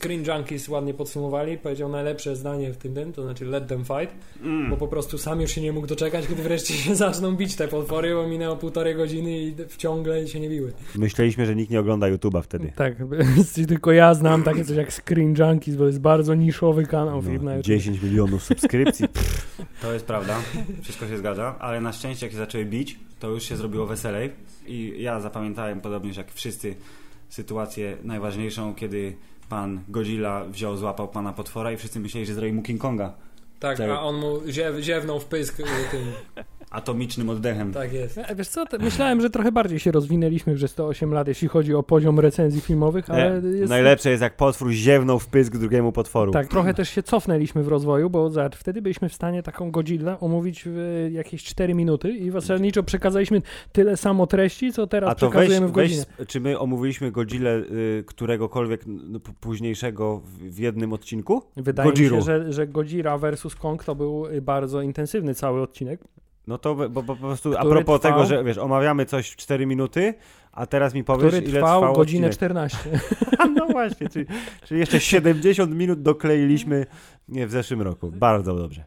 Speaker 5: Screen Junkies ładnie podsumowali, powiedział najlepsze zdanie w tym, tym to znaczy let them fight, bo
Speaker 4: Mm.
Speaker 5: po prostu sam już się nie mógł doczekać, gdy wreszcie się zaczną bić te potwory, bo minęło półtorej godziny i w ciągle się nie biły.
Speaker 1: Myśleliśmy, że nikt nie ogląda YouTube'a wtedy.
Speaker 2: Tak, tylko ja znam takie coś jak Screen Junkies, bo to jest bardzo niszowy kanał film
Speaker 1: No,
Speaker 2: na YouTube.
Speaker 1: 10 milionów subskrypcji. Pff,
Speaker 4: To jest prawda, wszystko się zgadza, ale na szczęście jak się zaczęły bić, to już się zrobiło weselej i ja zapamiętałem podobnie jak wszyscy sytuację najważniejszą, kiedy pan Godzilla wziął, złapał pana potwora i wszyscy myśleli, że zrobi mu King Konga
Speaker 5: Tak,
Speaker 4: Tak.
Speaker 5: a on mu ziew, ziewnął w pysk y, tym,
Speaker 4: atomicznym oddechem.
Speaker 5: tak jest.
Speaker 2: E, Wiesz co, te- myślałem, że trochę bardziej się rozwinęliśmy przez te 8 lat, jeśli chodzi o poziom recenzji filmowych, ale
Speaker 1: nie.
Speaker 2: jest...
Speaker 1: E, Najlepsze jest, jak potwór ziewnął w pysk drugiemu potworu.
Speaker 2: Tak, trochę też się cofnęliśmy w rozwoju, bo zobacz, wtedy byliśmy w stanie taką godzinę omówić w e, jakieś 4 minuty i zasadniczo przekazaliśmy tyle samo treści, co teraz
Speaker 1: A to weź,
Speaker 2: przekazujemy w
Speaker 1: weź,
Speaker 2: godzinę.
Speaker 1: czy my omówiliśmy Godzilla y, któregokolwiek n- p- późniejszego w- w jednym odcinku?
Speaker 2: Wydaje
Speaker 1: Godziru.
Speaker 2: mi się, że, że Godzilla versus Kong to był y, bardzo intensywny cały odcinek.
Speaker 1: No to we- bo, bo po prostu a
Speaker 2: Który
Speaker 1: propos
Speaker 2: trwał-
Speaker 1: tego, że wiesz, omawiamy coś w 4 minuty, a teraz mi powiesz,
Speaker 2: Który
Speaker 1: ile
Speaker 2: trwał
Speaker 1: trwał
Speaker 2: godzinę
Speaker 1: odcinek.
Speaker 2: 14.
Speaker 1: No właśnie, czyli, czyli jeszcze 70 minut dokleiliśmy nie, w zeszłym roku. Bardzo dobrze.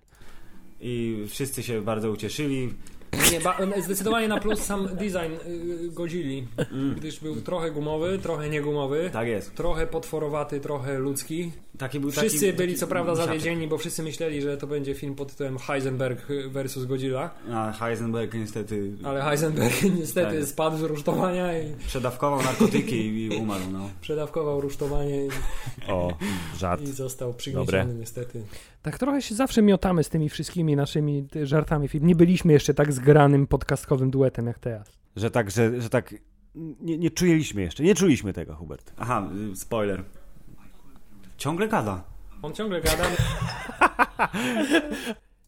Speaker 4: I wszyscy się bardzo ucieszyli.
Speaker 5: Nie, ba, e, zdecydowanie na plus sam design y, Godzilli,
Speaker 1: Mm.
Speaker 5: gdyż był trochę gumowy, trochę niegumowy,
Speaker 4: Tak jest.
Speaker 5: trochę potworowaty, trochę ludzki.
Speaker 4: Taki był taki-
Speaker 5: Wszyscy byli
Speaker 4: taki
Speaker 5: co prawda
Speaker 4: siatek.
Speaker 5: zawiedzieni, bo wszyscy myśleli, że to będzie film pod tytułem Heisenberg versus Godzilla,
Speaker 4: A Heisenberg niestety
Speaker 5: ale Heisenberg niestety
Speaker 4: Tak.
Speaker 5: spadł z rusztowania i
Speaker 4: przedawkował narkotyki i, i umarł. No.
Speaker 5: przedawkował rusztowanie i,
Speaker 1: O, żart.
Speaker 5: i został przygnieciony niestety.
Speaker 2: Tak trochę się zawsze miotamy z tymi wszystkimi naszymi ty, żartami. film. Nie byliśmy jeszcze tak zgranym podcastkowym duetem jak teraz.
Speaker 1: Że tak, że, że tak nie, nie czujeliśmy jeszcze, nie czuliśmy tego, Hubert.
Speaker 4: Aha, y, spoiler. Ciągle gada.
Speaker 5: On ciągle gada.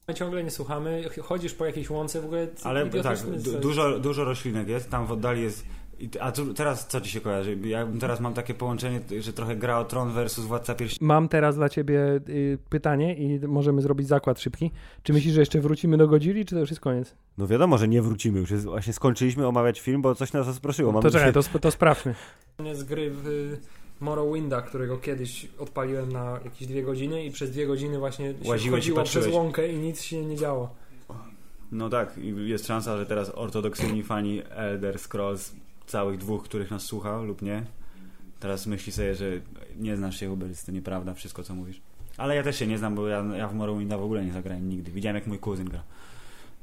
Speaker 5: My ciągle nie słuchamy, chodzisz po jakiejś łące w ogóle.
Speaker 4: Ale tak,
Speaker 5: idiotyczny
Speaker 4: du- dużo, dużo roślinek jest, tam w oddali jest. i t- A tu, teraz co ci się kojarzy? Ja teraz mam takie połączenie, t- że trochę gra o tron versus władca pierścieni.
Speaker 2: Mam teraz dla ciebie y, pytanie i możemy zrobić zakład szybki. Czy myślisz, że jeszcze wrócimy do Godzilli, czy to już jest koniec?
Speaker 1: No wiadomo, że nie wrócimy, już jest, właśnie skończyliśmy omawiać film, bo coś nas rozproszyło. Mamy
Speaker 2: No To czekaj,
Speaker 1: się-
Speaker 2: to, sp- to sprawdźmy.
Speaker 5: Nie z gry w y, Morrowinda, którego kiedyś odpaliłem na jakieś dwie godziny i przez dwie godziny właśnie
Speaker 4: Łaziłeś i
Speaker 5: się chodziło przez
Speaker 4: patrzyłeś.
Speaker 5: łąkę i nic się nie działo.
Speaker 4: No tak, i jest szansa, że teraz ortodoksyjni fani Elder Scrolls, całych dwóch, których nas słucha lub nie, teraz myśli sobie, że nie znasz się Hubert, jest to nieprawda wszystko co mówisz. Ale ja też się nie znam, bo ja, ja w Morrowinda w ogóle nie zagrałem nigdy. Widziałem jak mój kuzyn gra.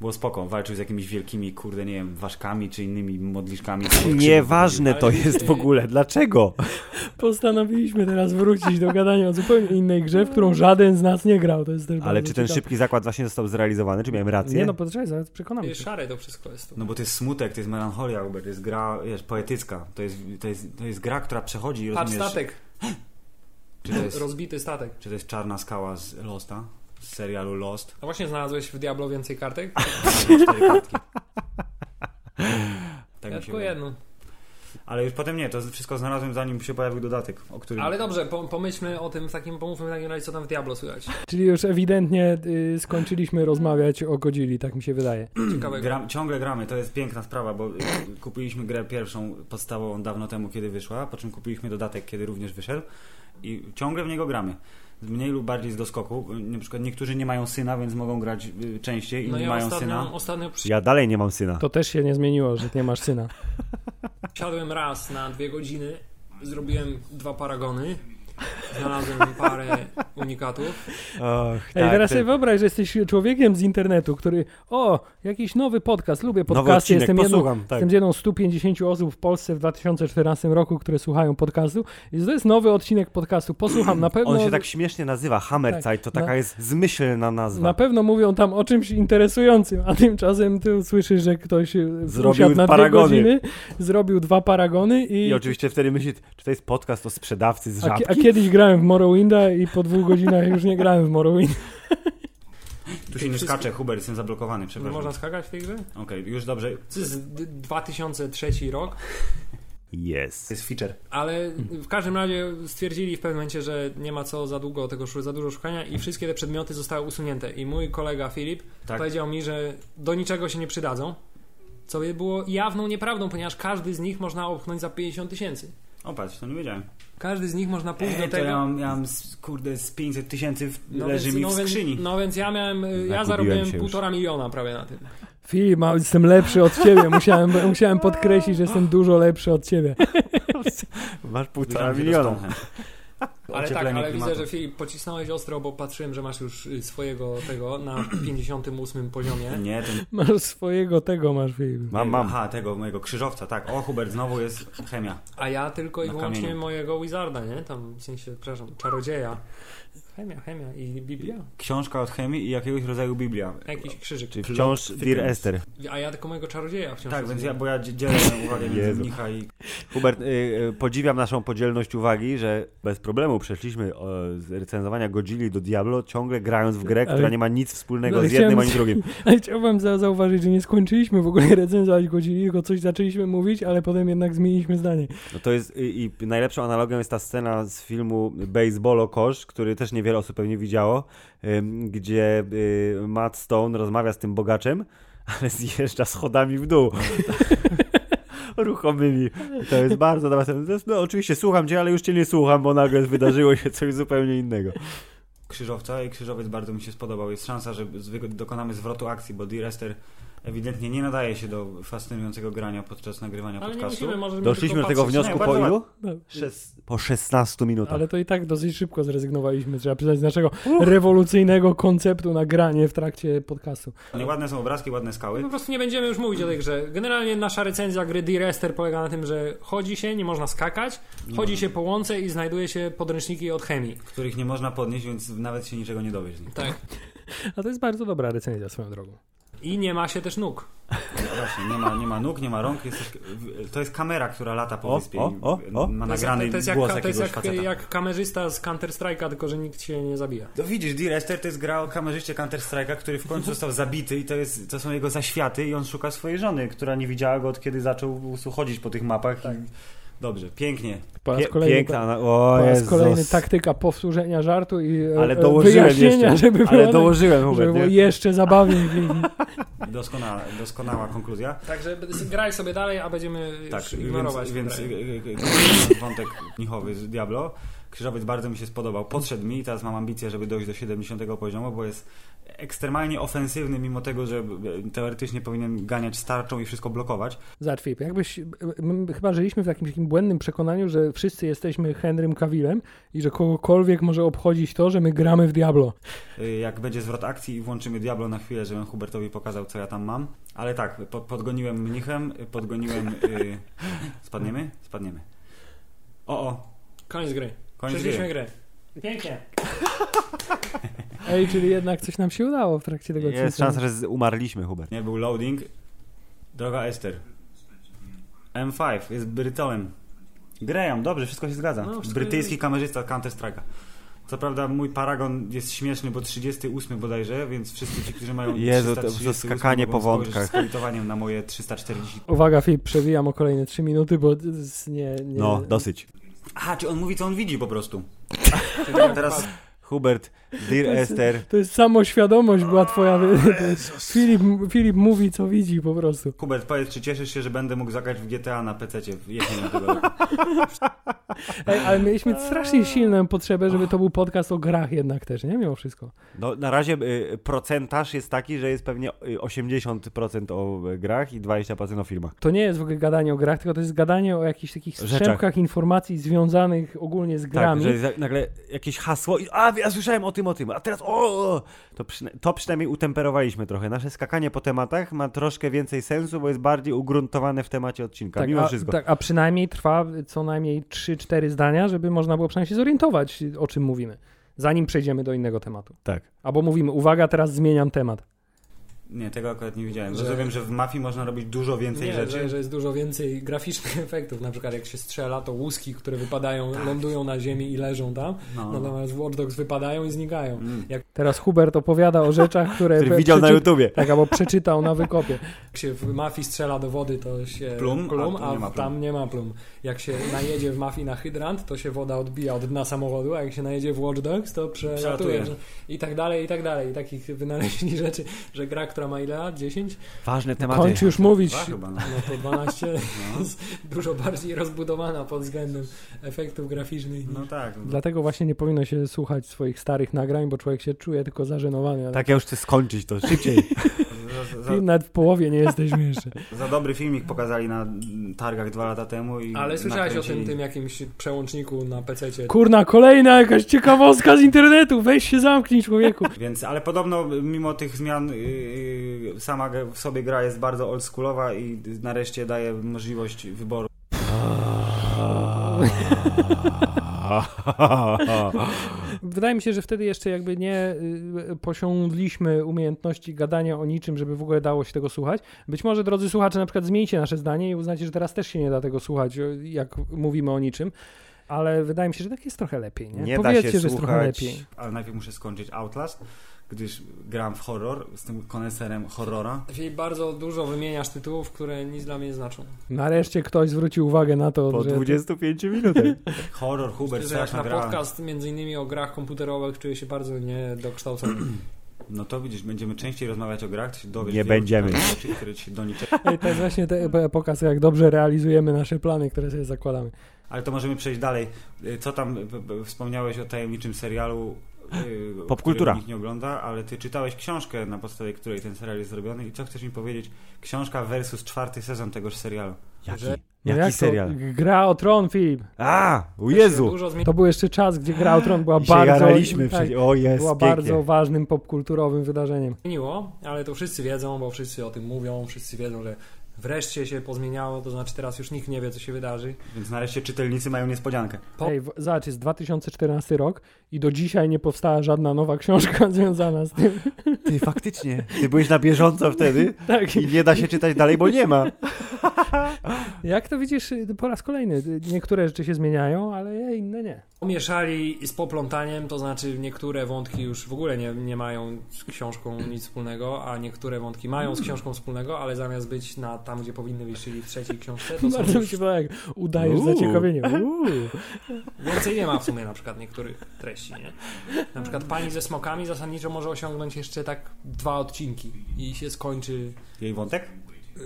Speaker 4: Było spoko, walczył z jakimiś wielkimi, kurde, nie wiem, ważkami czy innymi modliszkami.
Speaker 1: Nieważne to jest w ogóle, dlaczego?
Speaker 2: Postanowiliśmy teraz wrócić do gadania o zupełnie innej grze, w którą żaden z nas nie grał. no To jest też
Speaker 1: Ale czy ten szybki zakład właśnie został zrealizowany, czy miałem rację?
Speaker 2: Nie no, poczekaj, zaraz przekonam
Speaker 5: Y,
Speaker 2: się.
Speaker 5: Szare to wszystko jest. Tu.
Speaker 4: No bo to jest smutek, to jest melancholia, Hubert, to jest gra, wiesz, poetycka. To jest, to jest, to jest gra, która przechodzi i
Speaker 5: Patrz
Speaker 4: rozumiesz,
Speaker 5: statek,
Speaker 4: czy to jest,
Speaker 5: rozbity statek.
Speaker 4: czy to jest czarna skała z Losta, z serialu Lost.
Speaker 5: A No właśnie znalazłeś w Diablo więcej kartek?
Speaker 4: Cztery kartki. Tak
Speaker 5: ja
Speaker 4: mi się
Speaker 5: tylko
Speaker 4: wydaje.
Speaker 5: jedną.
Speaker 4: Ale już potem nie, to wszystko znalazłem zanim się pojawił dodatek, o którym...
Speaker 5: Ale dobrze, po, pomyślmy o tym, w takim, pomówmy w takim razie, co tam w Diablo słychać.
Speaker 2: Czyli już ewidentnie y, skończyliśmy rozmawiać o Godzilli, tak mi się wydaje.
Speaker 4: Hmm,
Speaker 5: Ciekawego.
Speaker 4: Gram, ciągle gramy, to jest piękna sprawa, bo y, kupiliśmy grę pierwszą podstawową dawno temu, kiedy wyszła, po czym kupiliśmy dodatek, kiedy również wyszedł i ciągle w niego gramy. Mniej lub bardziej z doskoku. Y, Na przykład niektórzy nie mają syna, więc mogą grać y, częściej, inni
Speaker 5: no ja
Speaker 4: mają
Speaker 5: ostatnio,
Speaker 4: syna.
Speaker 5: ostatnio przy,
Speaker 1: Ja dalej nie mam syna.
Speaker 2: To też się nie zmieniło, że nie masz syna.
Speaker 5: Siadłem raz na dwie godziny, zrobiłem dwa paragony, znalazłem parę unikatów.
Speaker 1: Och,
Speaker 2: Ej, teraz
Speaker 1: ty-
Speaker 2: sobie wyobraź, że jesteś człowiekiem z internetu, który o, jakiś nowy podcast, lubię
Speaker 1: nowy
Speaker 2: podcasty,
Speaker 1: odcinek,
Speaker 2: jestem jedną,
Speaker 1: posłucham. Tak.
Speaker 2: jestem z jedną z 150 osób w Polsce w 2014 roku, które słuchają podcastu i to jest nowy odcinek podcastu, posłucham, na pewno...
Speaker 1: On się tak śmiesznie nazywa, Hammerzeit, to
Speaker 2: Tak,
Speaker 1: taka
Speaker 2: na-
Speaker 1: jest zmyślna nazwa.
Speaker 2: Na pewno mówią tam o czymś interesującym, a tymczasem ty słyszysz, że ktoś e,
Speaker 1: Zrobił
Speaker 2: usiadł na
Speaker 1: paragony.
Speaker 2: dwie godziny, zrobił dwa paragony i,
Speaker 1: I oczywiście wtedy myśli, czy to jest podcast o sprzedawcy z
Speaker 2: a, ki-
Speaker 1: żabki?
Speaker 2: a kiedyś grałem w Morrowinda i po dwóch godzinach już nie grałem w Morrowind.
Speaker 4: Tu się nie skacze, Hubert, jestem zablokowany,
Speaker 5: Nie
Speaker 4: przepraszam.
Speaker 5: No, można skakać w tej grze?
Speaker 4: Okej, już dobrze.
Speaker 5: To jest d- 2003 rok,
Speaker 1: Yes.
Speaker 4: jest feature.
Speaker 5: ale w każdym razie stwierdzili w pewnym momencie, że nie ma co za długo tego szu- za dużo szukania i wszystkie te przedmioty zostały usunięte. I mój kolega Filip
Speaker 4: Tak.
Speaker 5: powiedział mi, że do niczego się nie przydadzą. Co by było jawną nieprawdą, ponieważ każdy z nich można opchnąć za 50 tysięcy.
Speaker 4: O patrz, to nie wiedziałem.
Speaker 5: Każdy z nich można pójść
Speaker 4: Ej,
Speaker 5: do
Speaker 4: to
Speaker 5: tego.
Speaker 4: ja mam, ja mam z- kurde, z 500 tysięcy w-
Speaker 5: No
Speaker 4: leży
Speaker 5: więc-
Speaker 4: mi
Speaker 5: no
Speaker 4: w
Speaker 5: więc-
Speaker 4: skrzyni.
Speaker 5: No więc ja miałem, y, ja
Speaker 1: Zagubiłem
Speaker 5: zarobiłem
Speaker 1: się już.
Speaker 5: półtora miliona prawie na tym.
Speaker 2: Filip, ma- jestem lepszy od ciebie, musiałem, musiałem podkreślić, że jestem dużo lepszy od ciebie.
Speaker 1: Masz półtora
Speaker 4: Zbliżam się do
Speaker 1: miliona.
Speaker 4: Stonehenge.
Speaker 5: Ale tak,
Speaker 4: Ocieplenie
Speaker 5: ale
Speaker 4: klimatu.
Speaker 5: widzę, że Filip pocisnąłeś ostro, bo patrzyłem, że masz już y, swojego tego na 58 poziomie.
Speaker 4: Nie, to
Speaker 2: Masz swojego tego, masz Filip.
Speaker 1: Mam, mam.
Speaker 4: Aha, tego mojego krzyżowca, tak. O, Hubert, znowu jest chemia.
Speaker 5: A ja tylko i
Speaker 4: Na
Speaker 5: wyłącznie
Speaker 4: kamieniu.
Speaker 5: mojego Wizarda, nie? Tam w sensie, przepraszam, czarodzieja. Chemia, chemia i Biblia.
Speaker 4: Książka od chemii i jakiegoś rodzaju Biblia.
Speaker 5: Jakiś krzyżyk.
Speaker 1: Czyli wciąż Dear Esther.
Speaker 5: A ja tylko mojego czarodzieja wciąż.
Speaker 4: Tak, więc ja,
Speaker 5: rozumiem.
Speaker 4: bo ja dzie- dzielę uwagę między
Speaker 1: Jezu.
Speaker 4: mnicha i...
Speaker 1: Hubert, y, y, podziwiam naszą podzielność uwagi, że bez problemu przeszliśmy o, z recenzowania Godzilli do Diablo, ciągle grając w grę,
Speaker 2: Ale- no,
Speaker 1: która nie ma nic wspólnego
Speaker 2: Ale
Speaker 1: z jednym
Speaker 2: chciałem-
Speaker 1: ani drugim.
Speaker 2: Ale chciałbym za- zauważyć, że nie skończyliśmy w ogóle recenzować Godzilli, tylko coś zaczęliśmy mówić, ale potem jednak zmieniliśmy zdanie.
Speaker 1: No to jest i, i najlepszą analogią jest ta scena z filmu Baseball Kosz, który też niewiele osób pewnie widziało, ym, gdzie y, Matt Stone rozmawia z tym bogaczem, ale zjeżdża schodami w dół. Ruchomymi. To jest bardzo dobre. To jest- No oczywiście słucham cię, ale już cię nie słucham, bo nagle wydarzyło się coś zupełnie innego.
Speaker 4: krzyżowca i krzyżowiec bardzo mi się spodobał. Jest szansa, że zwyk- dokonamy zwrotu akcji, bo Dear Esther ewidentnie nie nadaje się do fascynującego grania podczas nagrywania
Speaker 5: Ale nie
Speaker 4: podcastu.
Speaker 5: musimy, możemy
Speaker 1: Doszliśmy do
Speaker 5: tylko
Speaker 1: tego
Speaker 5: patrzeć.
Speaker 1: wniosku
Speaker 4: Nie,
Speaker 1: po
Speaker 4: bardzo
Speaker 1: ilu?
Speaker 2: No,
Speaker 4: Szes-
Speaker 1: Po 16 minutach.
Speaker 2: Ale to i tak dosyć szybko zrezygnowaliśmy, trzeba przyznać, z naszego rewolucyjnego konceptu na granie w trakcie podcastu.
Speaker 4: Ładne są obrazki, ładne skały.
Speaker 5: Po prostu nie będziemy już mówić o tej grze. Generalnie nasza recenzja gry Dear Esther polega na tym, że chodzi się, nie można skakać, chodzi się po łące i znajduje się podręczniki od chemii.
Speaker 4: których nie można podnieść, więc nawet się niczego nie dowiesz. z nich.
Speaker 5: Tak.
Speaker 2: A to jest bardzo dobra recenzja swoją drogą.
Speaker 5: I nie ma się też nóg.
Speaker 4: Właśnie, nie ma, nie ma nóg, nie ma rąk. Jest też, w- to jest kamera, która lata po
Speaker 1: O,
Speaker 4: wyspie.
Speaker 1: o,
Speaker 4: i
Speaker 1: o, o.
Speaker 4: Ma
Speaker 5: To jest,
Speaker 4: nagrany
Speaker 5: to jest, jak,
Speaker 4: głos
Speaker 5: to
Speaker 4: jakiegoś
Speaker 5: jest jak,
Speaker 4: faceta.
Speaker 5: jak kamerzysta z Counter-Strike'a, tylko że nikt się nie zabija.
Speaker 4: To widzisz, Dear Esther to jest gra o kamerzyście Counter-Strike'a, który w końcu został zabity i to, jest, to są jego zaświaty i on szuka swojej żony, która nie widziała go od kiedy zaczął po prostu chodzić po tych mapach.
Speaker 5: Tak.
Speaker 4: I... Dobrdobrze, pięknie.
Speaker 2: Po raz
Speaker 1: Pie-
Speaker 2: kolejny, tak-
Speaker 1: piękna. ana- O,
Speaker 2: po raz
Speaker 1: Jezus.
Speaker 2: kolejny taktyka powtórzenia żartu i e,
Speaker 1: Ale
Speaker 2: e,
Speaker 1: dołożyłem
Speaker 2: wyjaśnienia,
Speaker 1: jeszcze.
Speaker 2: żeby było, tak,
Speaker 1: Ale dołożyłem,
Speaker 2: żeby
Speaker 1: Hubert.
Speaker 2: było
Speaker 1: nie?
Speaker 2: jeszcze zabawniej. Filip.
Speaker 4: Doskonała, doskonała konkluzja.
Speaker 5: Także graj sobie dalej, a będziemy
Speaker 4: Tak,
Speaker 5: już ignorować.
Speaker 4: więc, więc y,
Speaker 5: grę.
Speaker 4: y, y, kończąc wątek mnichowy z Diablo. Krzyżowiec bardzo mi się spodobał. Podszedł mi i teraz mam ambicję, żeby dojść do 70 poziomu, bo jest ekstremalnie ofensywny, mimo tego, że y, teoretycznie powinien ganiać starczą i wszystko blokować.
Speaker 2: Zobacz, Filip, jakbyś, my chyba żyliśmy w takim, takim błędnym przekonaniu, że wszyscy jesteśmy Henrym Cavillem i że kogokolwiek może obchodzić to, że my gramy w Diablo.
Speaker 4: Y, Jak będzie zwrot akcji i włączymy Diablo na chwilę, żebym Hubertowi pokazał, co ja tam mam. Ale tak, po- podgoniłem mnichem, y, podgoniłem... y, Spadniemy? Spadniemy. O, o,
Speaker 5: Koniec gry.
Speaker 4: koniec
Speaker 5: Przeszliśmy
Speaker 4: gry.
Speaker 5: grę. Pięknie.
Speaker 2: Ej, czyli jednak coś nam się udało w trakcie tego
Speaker 1: Jest szansa, że z- umarliśmy, Hubert.
Speaker 4: Nie, był loading. Droga Ester. M5 jest Brytołem. Graham, dobrze, wszystko się zgadza.
Speaker 5: No, wszystko
Speaker 4: Brytyjski kamerzysta Counter-Strike'a. Co prawda mój paragon jest śmieszny, bo 38 bodajże, więc wszyscy ci, którzy mają
Speaker 1: Jezu, to- to
Speaker 4: 338,
Speaker 1: skakanie
Speaker 4: mogą
Speaker 1: po
Speaker 4: spojrzeć
Speaker 1: wątkach.
Speaker 4: Z kolitowaniem na moje 340.
Speaker 2: Uwaga, Filip, przewijam o kolejne 3 minuty, bo z- z- nie, nie.
Speaker 1: No, dosyć.
Speaker 4: Aha, czy on mówi, co on widzi po prostu. Czyli ja teraz
Speaker 1: Hubert, dear Esther,
Speaker 2: To jest samoświadomość była twoja. Filip, Filip mówi, co widzi po prostu.
Speaker 4: Hubert, powiedz, czy cieszysz się, że będę mógł zagrać w GTA na PC-cie w jesienią tego roku?
Speaker 2: Ej, ale mieliśmy strasznie silną potrzebę, żeby to był podcast o grach jednak też, nie? Mimo wszystko.
Speaker 1: no na razie y, procentaż jest taki, że jest pewnie y, 80% o y, grach i 20% o filmach.
Speaker 2: To nie jest w ogóle gadanie o grach, tylko to jest gadanie o jakichś takich
Speaker 1: Rzeczach.
Speaker 2: strzępkach informacji związanych ogólnie z grami.
Speaker 1: Tak, że jest nagle jakieś hasło i a, ja słyszałem o tym, o tym, a teraz o! o! To, przyna- to przynajmniej utemperowaliśmy trochę. Nasze skakanie po tematach ma troszkę więcej sensu, bo jest bardziej ugruntowane w temacie odcinka, mimo
Speaker 2: a,
Speaker 1: wszystko.
Speaker 2: Tak, a przynajmniej trwa co najmniej 3-4 zdania, żeby można było przynajmniej się zorientować, o czym mówimy, zanim przejdziemy do innego tematu.
Speaker 1: Tak.
Speaker 2: Albo mówimy, uwaga, teraz zmieniam temat.
Speaker 4: Nie, tego akurat nie widziałem.
Speaker 5: Że-
Speaker 4: Rozumiem, że w mafii można robić dużo więcej
Speaker 5: Nie,
Speaker 4: rzeczy.
Speaker 5: Że, że jest dużo więcej graficznych efektów. Na przykład jak się strzela, to łuski, które wypadają,
Speaker 1: Tak.
Speaker 5: lądują na ziemi i leżą tam.
Speaker 4: No.
Speaker 5: Natomiast w Watch Dogs wypadają i znikają.
Speaker 4: Mm.
Speaker 2: Teraz Hubert opowiada o rzeczach, które
Speaker 1: Który
Speaker 2: pe-
Speaker 1: widział na
Speaker 2: przeczy-
Speaker 1: YouTubie.
Speaker 2: Tak, albo przeczytał na wykopie.
Speaker 5: Jak się w mafii strzela do wody, to się
Speaker 4: Plum, a tu
Speaker 5: a,
Speaker 4: nie ma plum.
Speaker 5: tam nie ma plum. Jak się najedzie w mafii na hydrant, to się woda odbija od dna samochodu, a jak się najedzie w Watch Dogs, to przelatuje.
Speaker 4: Przelatuje.
Speaker 5: I tak dalej, i tak dalej. I takich wynaleźli rzeczy, że gra, która ma ile lat? 10?
Speaker 1: Ważne tematy.
Speaker 2: Kończ już mówić.
Speaker 4: Dwa chyba, no.
Speaker 5: No to 12. jest dużo bardziej rozbudowana pod względem efektów graficznych.
Speaker 4: no tak. No.
Speaker 2: Dlatego właśnie nie powinno się słuchać swoich starych nagrań, bo człowiek się czuje tylko zażenowany.
Speaker 1: Tak, ja już chcę skończyć to szybciej.
Speaker 4: Za, Tak, za,
Speaker 2: Ty nawet w połowie nie jesteśmy jeszcze.
Speaker 4: za dobry filmik pokazali na targach dwa lata temu. I
Speaker 5: Ale słyszałeś o tym,
Speaker 4: nakręcili-
Speaker 5: tym jakimś przełączniku na PC-cie.
Speaker 2: Kurna, kolejna jakaś ciekawostka z internetu. Weź się zamknij, człowieku.
Speaker 4: Więc, ale podobno mimo tych zmian yy, yy, sama g- w sobie gra jest bardzo oldschoolowa i nareszcie daje możliwość wyboru.
Speaker 2: Wydaje mi się, że wtedy jeszcze jakby nie y, posiągliśmy umiejętności gadania o niczym, żeby w ogóle dało się tego słuchać. Być może, drodzy słuchacze, na przykład zmienicie nasze zdanie i uznacie, że teraz też się nie da tego słuchać, y, jak mówimy o niczym. Ale wydaje mi się, że tak jest trochę lepiej. Nie,
Speaker 1: Nie da
Speaker 2: Powiedzcie,
Speaker 1: się
Speaker 2: że jest trochę
Speaker 1: słuchać.
Speaker 2: lepiej.
Speaker 4: Ale najpierw muszę skończyć Outlast, gdyż gram w horror, jestem koneserem horrora.
Speaker 5: Czyli bardzo dużo wymieniasz tytułów, które nic dla mnie nie znaczą.
Speaker 2: Nareszcie ktoś zwrócił uwagę na to,
Speaker 1: Po
Speaker 2: że
Speaker 1: 25 minutach.
Speaker 4: Horror, Hubert,
Speaker 5: Myślę, że jak
Speaker 4: straszna
Speaker 5: na
Speaker 4: gra.
Speaker 5: podcast między innymi o grach komputerowych czuję się bardzo niedokształcony.
Speaker 4: No to widzisz, będziemy częściej rozmawiać o grach, ty się dowiesz
Speaker 1: Nie
Speaker 4: wielu
Speaker 1: będziemy.
Speaker 4: ciekawych Rzeczy, które ci się do niczego
Speaker 2: Ej, to jest właśnie te, e, pokaz, jak dobrze realizujemy nasze plany, które sobie zakładamy.
Speaker 4: Ale to możemy przejść dalej. Y, Co tam y, y, wspomniałeś o tajemniczym serialu? y,
Speaker 1: Popkultura.
Speaker 4: którego Nikt nie ogląda, ale ty czytałeś książkę, na podstawie której ten serial jest zrobiony i co chcesz mi powiedzieć? Książka versus czwarty sezon tegoż serialu.
Speaker 1: Jaki,
Speaker 5: Że-
Speaker 2: No
Speaker 1: jaki
Speaker 2: jak to?
Speaker 1: serial?
Speaker 2: Gra o Tron, Filip.
Speaker 1: A, u Jezu!
Speaker 5: Dużo zmieni-
Speaker 2: To był jeszcze czas, gdzie gra o Tron była
Speaker 1: I się
Speaker 2: bardzo...
Speaker 1: jaraliśmy
Speaker 2: tak,
Speaker 1: przecież. O, jest
Speaker 2: była
Speaker 1: pięknie.
Speaker 2: bardzo ważnym popkulturowym wydarzeniem.
Speaker 5: zmieniło, ale to wszyscy wiedzą, bo wszyscy o tym mówią, wszyscy wiedzą, że wreszcie się pozmieniało, to znaczy teraz już nikt nie wie, co się wydarzy.
Speaker 4: Więc nareszcie czytelnicy mają niespodziankę.
Speaker 5: Po-
Speaker 2: Ej, w- zobacz, jest 2014 rok i do dzisiaj nie powstała żadna nowa książka związana z tym.
Speaker 1: Ty, faktycznie. Ty byłeś na bieżąco wtedy
Speaker 2: Tak.
Speaker 1: i nie da się czytać dalej, bo nie ma.
Speaker 2: Jak to widzisz y, po raz kolejny, y, niektóre rzeczy się zmieniają, ale inne nie.
Speaker 5: Pomieszali z poplątaniem, to znaczy niektóre wątki już w ogóle nie, nie mają z książką nic wspólnego, a niektóre wątki mają z książką wspólnego, ale zamiast być na tam, gdzie powinny być, czyli w trzeciej książce, to są
Speaker 2: Bardzo mi
Speaker 5: już...
Speaker 2: się podoba, jak udajesz
Speaker 1: Uuu.
Speaker 2: zaciekawienie. Uuu.
Speaker 5: Więcej nie ma w sumie na przykład niektórych treści, nie? Na przykład pani ze smokami zasadniczo może osiągnąć jeszcze tak dwa odcinki i się skończy
Speaker 4: Jej wątek?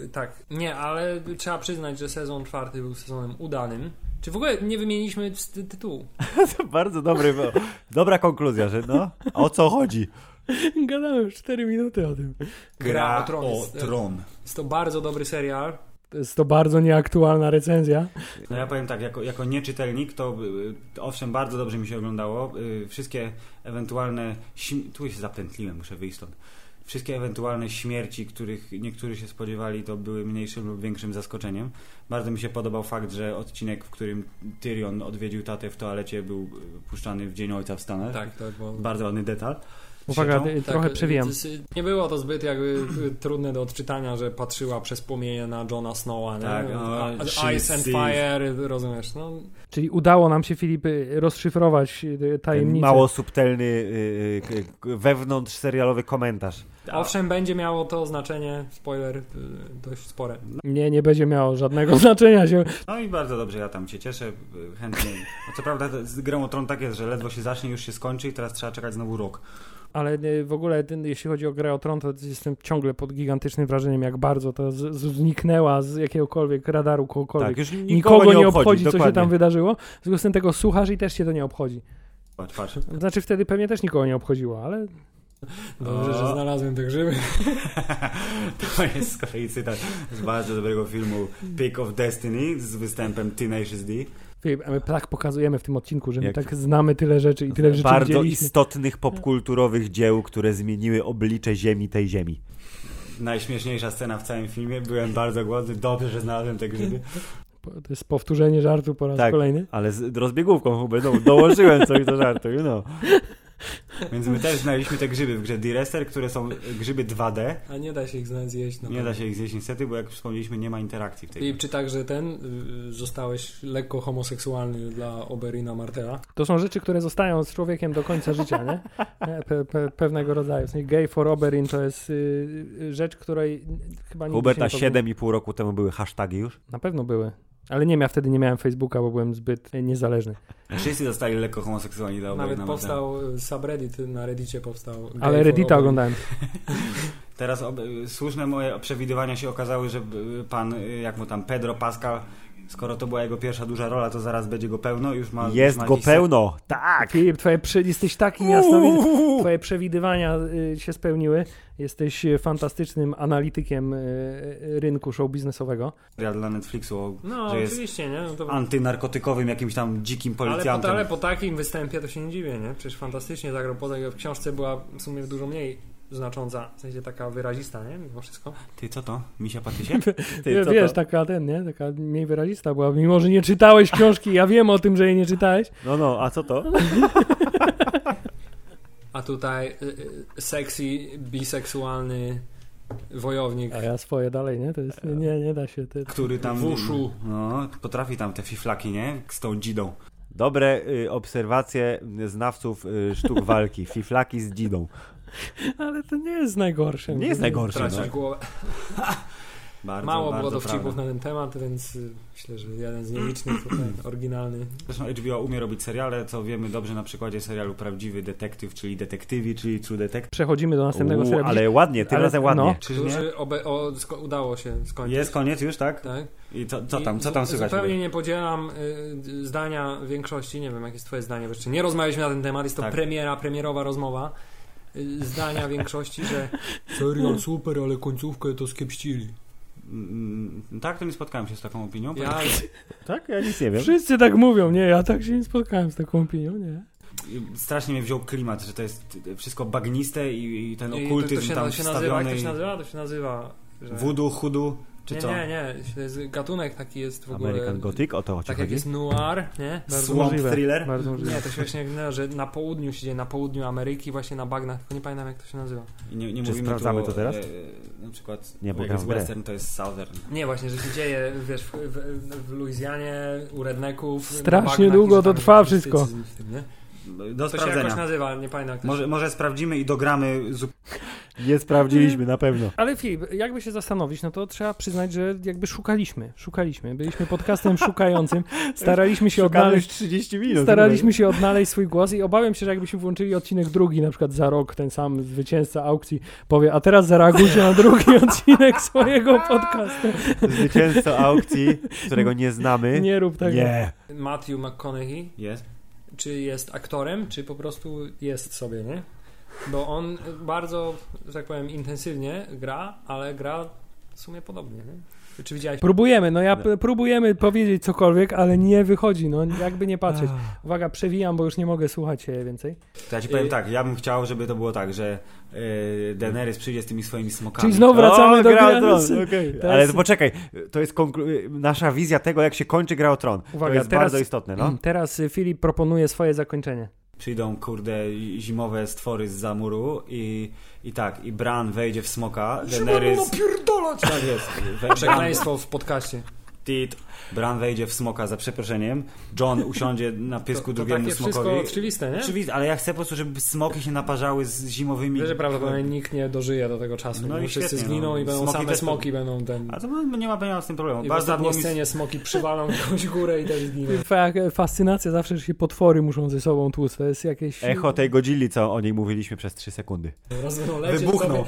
Speaker 5: Y, Tak, nie, ale trzeba przyznać, że sezon czwarty był sezonem udanym. Czy w ogóle nie wymieniliśmy z ty- tytułu?
Speaker 1: To bardzo dobry, bo- dobra konkluzja, że no, o co chodzi?
Speaker 2: Gadałem już 4 minuty o tym.
Speaker 5: Gra o Tron jest-
Speaker 4: Tron.
Speaker 5: Jest to bardzo dobry serial.
Speaker 2: To jest to bardzo nieaktualna recenzja.
Speaker 4: No ja powiem tak, jako, jako nieczytelnik to y, owszem, bardzo dobrze mi się oglądało. Y, Wszystkie ewentualne... śm- Tu się zapętliłem, muszę wyjść stąd. Wszystkie ewentualne śmierci, których niektórzy się spodziewali, to były mniejszym lub większym zaskoczeniem. Bardzo mi się podobał fakt, że odcinek, w którym Tyrion odwiedził tatę w toalecie, był y, puszczany w Dzień Ojca w Stanach.
Speaker 5: Tak, to było.
Speaker 4: Bardzo ładny detal.
Speaker 2: Uwaga,
Speaker 4: sieczą.
Speaker 2: y, trochę
Speaker 5: Tak,
Speaker 2: przewijam.
Speaker 5: y, y, Nie było to zbyt jakby y, trudne do odczytania, że patrzyła przez płomienie na Johna Snowa, nie?
Speaker 4: Tak, no,
Speaker 5: A-
Speaker 4: she
Speaker 5: Ice and
Speaker 4: sees.
Speaker 5: Fire, rozumiesz? No,
Speaker 2: Czyli udało nam się, Filip, y, rozszyfrować y, tajemnicę.
Speaker 1: Mało subtelny y, y, k- wewnątrz serialowy komentarz.
Speaker 4: Tak.
Speaker 5: owszem, będzie miało to znaczenie, spoiler, y, dość spore.
Speaker 2: Nie, nie będzie miało żadnego znaczenia się.
Speaker 4: No i bardzo dobrze, ja tam się cieszę, y, chętnie. A co prawda to z grą o tron tak jest, że ledwo się zacznie, już się skończy i teraz trzeba czekać znowu rok.
Speaker 2: Ale y, w ogóle, ten- jeśli chodzi o grę o Tron, to jestem ciągle pod gigantycznym wrażeniem, jak bardzo to z, z, zniknęła z jakiegokolwiek radaru kogokolwiek.
Speaker 1: Tak, już nikogo,
Speaker 2: Nikogo nie obchodzi, co
Speaker 1: dokładnie.
Speaker 2: się tam wydarzyło. W związku z tym tego słuchasz i też się to nie obchodzi.
Speaker 4: Patrz, patrz.
Speaker 2: Znaczy wtedy pewnie też nikogo nie obchodziło, ale
Speaker 5: Dobrze,
Speaker 4: O.
Speaker 5: że znalazłem te grzyby.
Speaker 4: To jest z kolei cytat z bardzo dobrego filmu Pick of Destiny z występem Tenacious D.
Speaker 2: Filip, a my tak pokazujemy w tym odcinku, że my
Speaker 1: Jak-
Speaker 2: tak znamy tyle rzeczy i tyle rzeczy
Speaker 1: Bardzo
Speaker 2: widzieliśmy.
Speaker 1: istotnych popkulturowych dzieł, które zmieniły oblicze ziemi tej ziemi.
Speaker 4: Najśmieszniejsza scena w całym filmie. Byłem bardzo głodny, dobrze, że znalazłem te grzyby.
Speaker 2: Po- To jest powtórzenie żartu po raz
Speaker 1: Tak.
Speaker 2: kolejny.
Speaker 1: Ale z rozbiegówką chyba no, dołożyłem coś do żartu, no. you know.
Speaker 4: Więc my też znaleźliśmy te grzyby w grze D-Rester, które są grzyby 2D.
Speaker 5: A nie da się ich znać zjeść. no.
Speaker 4: Nie da się ich zjeść niestety, bo jak wspomnieliśmy, nie ma interakcji w tej grze.
Speaker 5: I czy także ten y, zostałeś lekko homoseksualny dla Oberina Martela?
Speaker 2: To są rzeczy, które zostają z człowiekiem do końca życia, nie? E, Pe, pe, pewnego rodzaju. W sensie Gay for Oberyn to jest y, y, rzecz, której chyba nie
Speaker 1: Huberta 7,5 roku temu były hasztagi już.
Speaker 2: Na pewno były. Ale nie, ja wtedy nie miałem Facebooka, bo byłem zbyt y, niezależny.
Speaker 4: Wszyscy zostali lekko homoseksualni dla
Speaker 5: Nawet
Speaker 4: Oberna Martela.
Speaker 5: powstał y, subreddit, na Reddicie powstał. Gay
Speaker 2: Ale
Speaker 5: for
Speaker 2: Reddita
Speaker 5: Oberyn.
Speaker 2: oglądałem.
Speaker 4: Teraz ob- słuszne moje przewidywania się okazały, że y, pan, y, jak mu tam, Pedro Pascal, skoro to była jego pierwsza duża rola, to zaraz będzie go pełno. Już ma,
Speaker 1: Jest
Speaker 4: już ma
Speaker 1: go
Speaker 4: listę.
Speaker 1: pełno, tak!
Speaker 2: Filip, twoje przy... jesteś taki jasnowidzny. Twoje przewidywania y, się spełniły. Jesteś y, fantastycznym analitykiem y, y, rynku show biznesowego.
Speaker 4: Ja dla Netflixu o
Speaker 5: No,
Speaker 4: że jest
Speaker 5: oczywiście, nie? No to...
Speaker 4: antynarkotykowym jakimś tam dzikim
Speaker 5: ale, po,
Speaker 4: policjantem.
Speaker 5: ale po takim występie to się nie dziwię, nie? Przecież fantastycznie zagrał, poza w książce była w sumie dużo mniej znacząca, w sensie taka wyrazista, nie? Mimo wszystko.
Speaker 4: Ty, co to? Misia Patysie?
Speaker 1: Ty, co
Speaker 2: wiesz,
Speaker 1: to?
Speaker 2: taka ten, nie? Taka mniej wyrazista była. Mimo, że nie czytałeś książki, ja wiem o tym, że jej nie czytałeś.
Speaker 1: No, no, a co to?
Speaker 5: A tutaj y, y, sexy, biseksualny wojownik.
Speaker 2: A ja swoje dalej, nie? To jest, nie, nie da się. Ty,
Speaker 4: Który tam...
Speaker 5: W uszu.
Speaker 4: No, potrafi tam te fiflaki, nie? Z tą dzidą.
Speaker 1: Dobre y, obserwacje znawców y, sztuk walki. Fiflaki z dzidą.
Speaker 2: ale to nie jest najgorsze.
Speaker 1: Nie jest najgorsze.
Speaker 5: Tracisz
Speaker 1: No.
Speaker 5: głowę.
Speaker 4: Bardzo,
Speaker 5: Mało
Speaker 4: bardzo
Speaker 5: było dowcipów
Speaker 4: prawda.
Speaker 5: na ten temat, więc y, myślę, że jeden z nielicznych tutaj oryginalny.
Speaker 4: Zresztą HBO umie robić seriale, co wiemy dobrze na przykładzie serialu Prawdziwy Detektyw, czyli Detektywi, czyli True Detective.
Speaker 2: Przechodzimy do następnego
Speaker 1: U,
Speaker 2: serialu.
Speaker 1: ale ładnie, tym
Speaker 2: Ale-
Speaker 1: razem ładnie.
Speaker 2: no.
Speaker 4: Czyż nie?
Speaker 5: Którzy obe, o, sko- udało się skończyć.
Speaker 4: Jest koniec już, tak?
Speaker 5: Tak?
Speaker 4: I co, co
Speaker 5: I
Speaker 4: tam, co tam
Speaker 5: zu-
Speaker 4: słychać?
Speaker 5: Zupełnie nie podzielam y, zdania większości, nie wiem jakie jest twoje zdanie, bo jeszcze nie rozmawialiśmy na ten temat, jest to
Speaker 4: Tak.
Speaker 5: premiera, premierowa rozmowa. Y, Zdania większości, że serial super, ale końcówkę to skiepścili.
Speaker 4: Mm, Tak, to nie spotkałem się z taką opinią.
Speaker 5: Ja,
Speaker 1: Tak? Ja nic nie wiem.
Speaker 2: Wszyscy tak mówią, nie? Ja tak się nie spotkałem z taką opinią, nie?
Speaker 4: I Strasznie mnie wziął klimat, że to jest wszystko bagniste i, i ten
Speaker 5: i
Speaker 4: okultyzm
Speaker 5: to, to się,
Speaker 4: tam
Speaker 5: to się nazywa, jak to
Speaker 4: wstawiony. i
Speaker 5: się nazywa? To się nazywa... Że...
Speaker 4: Voodoo, chudu, czy
Speaker 5: nie,
Speaker 4: co?
Speaker 5: nie, nie, to jest gatunek taki jest w ogóle...
Speaker 1: American Gothic, o to chodzi.
Speaker 5: Tak jak jest noir, nie?
Speaker 4: Swamp Thriller?
Speaker 2: Bardzo możliwe.
Speaker 5: Nie, to się właśnie gnęło, że na południu się dzieje, na południu Ameryki, właśnie na bagnach, tylko nie pamiętam jak to się nazywa.
Speaker 4: I Nie, nie
Speaker 1: Czy
Speaker 4: mówimy
Speaker 1: sprawdzamy
Speaker 4: tu
Speaker 1: to
Speaker 4: o,
Speaker 1: teraz?
Speaker 4: E, na przykład,
Speaker 1: Nie,
Speaker 4: nie,
Speaker 1: bo
Speaker 4: bo jak
Speaker 1: gram
Speaker 4: jest
Speaker 1: w grę.
Speaker 4: western, to jest southern.
Speaker 5: Nie, właśnie, że się dzieje, wiesz, w, w, w Luizjanie, u redneków. na
Speaker 2: Strasznie
Speaker 5: bagnach i
Speaker 2: długo
Speaker 5: że tam
Speaker 2: to trwa
Speaker 5: jest
Speaker 2: wszystko.
Speaker 5: mistycyzm w tym, nie?
Speaker 4: Do
Speaker 5: To się jakoś
Speaker 4: sprawdzenia.
Speaker 5: nazywa, nie pamiętam jak to
Speaker 4: Może, może sprawdzimy i dogramy zupełnie.
Speaker 1: Nie sprawdziliśmy, na pewno.
Speaker 2: Ale Filip, jakby się zastanowić, no to trzeba przyznać, że jakby szukaliśmy, szukaliśmy. Byliśmy podcastem szukającym, staraliśmy się
Speaker 1: Szukamy już
Speaker 2: odnaleźć
Speaker 1: 30 minut.
Speaker 2: Staraliśmy się odnaleźć swój głos i obawiam się, że jakbyśmy włączyli odcinek drugi, na przykład za rok, ten sam zwycięzca aukcji powie, a teraz zareagujcie na drugi odcinek swojego podcastu.
Speaker 1: Zwycięzco aukcji, którego nie znamy.
Speaker 2: Nie rób tego.
Speaker 1: Nie.
Speaker 5: się... Matthew McConaughey,
Speaker 4: Jest.
Speaker 5: czy jest aktorem, czy po prostu jest sobie, nie? Bo on bardzo, że tak powiem, intensywnie gra, ale gra w sumie podobnie, nie? Czy widziałeś
Speaker 2: Próbujemy, no ja p- próbujemy powiedzieć cokolwiek, ale nie wychodzi, no jakby nie patrzeć. Uwaga, przewijam, bo już nie mogę słuchać e, więcej.
Speaker 4: To ja ci powiem
Speaker 5: Y-
Speaker 4: tak, ja bym chciał, żeby to było tak, że yy, Daenerys przyjdzie z tymi swoimi smokami.
Speaker 2: Czyli znowu wracamy
Speaker 1: O,
Speaker 2: do
Speaker 1: Gra o
Speaker 2: Gra
Speaker 1: Tron,
Speaker 2: Nysy.
Speaker 1: okej.
Speaker 2: Teraz-
Speaker 1: Ale poczekaj, to jest konklu- nasza wizja tego, jak się kończy Gra o Tron.
Speaker 2: Uwaga,
Speaker 1: to jest
Speaker 2: Mm, teraz-
Speaker 1: bardzo istotne, no.
Speaker 2: Teraz y, Filip proponuje swoje zakończenie.
Speaker 4: przyjdą, kurde, zimowe stwory z zamuru i, i tak, i Bran wejdzie w smoka,
Speaker 5: no
Speaker 4: Daenerys...
Speaker 5: pierdolać!
Speaker 4: Tak jest. we-
Speaker 5: Przekleństwo w podcaście.
Speaker 4: Tit. Bran wejdzie w smoka za przeproszeniem. John usiądzie na
Speaker 5: To,
Speaker 4: pysku
Speaker 5: to
Speaker 4: drugiemu
Speaker 5: takie
Speaker 4: smokowi.
Speaker 5: wszystko oczywiste, nie?
Speaker 4: Oczywiście, ale ja chcę po prostu, żeby smoki się naparzały z zimowymi.
Speaker 5: Wiesz, że prawdopodobnie nikt nie dożyje do tego czasu.
Speaker 4: No
Speaker 5: No
Speaker 4: i
Speaker 5: wszyscy
Speaker 4: świetnie,
Speaker 5: zginą
Speaker 4: no.
Speaker 5: i będą
Speaker 4: Smoki
Speaker 5: same
Speaker 4: też to-
Speaker 5: smoki będą ten.
Speaker 4: A to no, nie ma nie ma z tym problemu.
Speaker 5: I w
Speaker 4: Bardzo było
Speaker 5: ostatniej
Speaker 4: mi...
Speaker 5: scenie smoki przywalą jakąś górę i też zginą.
Speaker 2: Fa- Fascynacja zawsze, że się potwory muszą ze sobą tłuc. To jest jakieś...
Speaker 1: Echo tej godzili, co o niej mówiliśmy przez 3 sekundy.
Speaker 5: Rozwalą lecieć
Speaker 4: Wybuchną.
Speaker 5: No, sobie,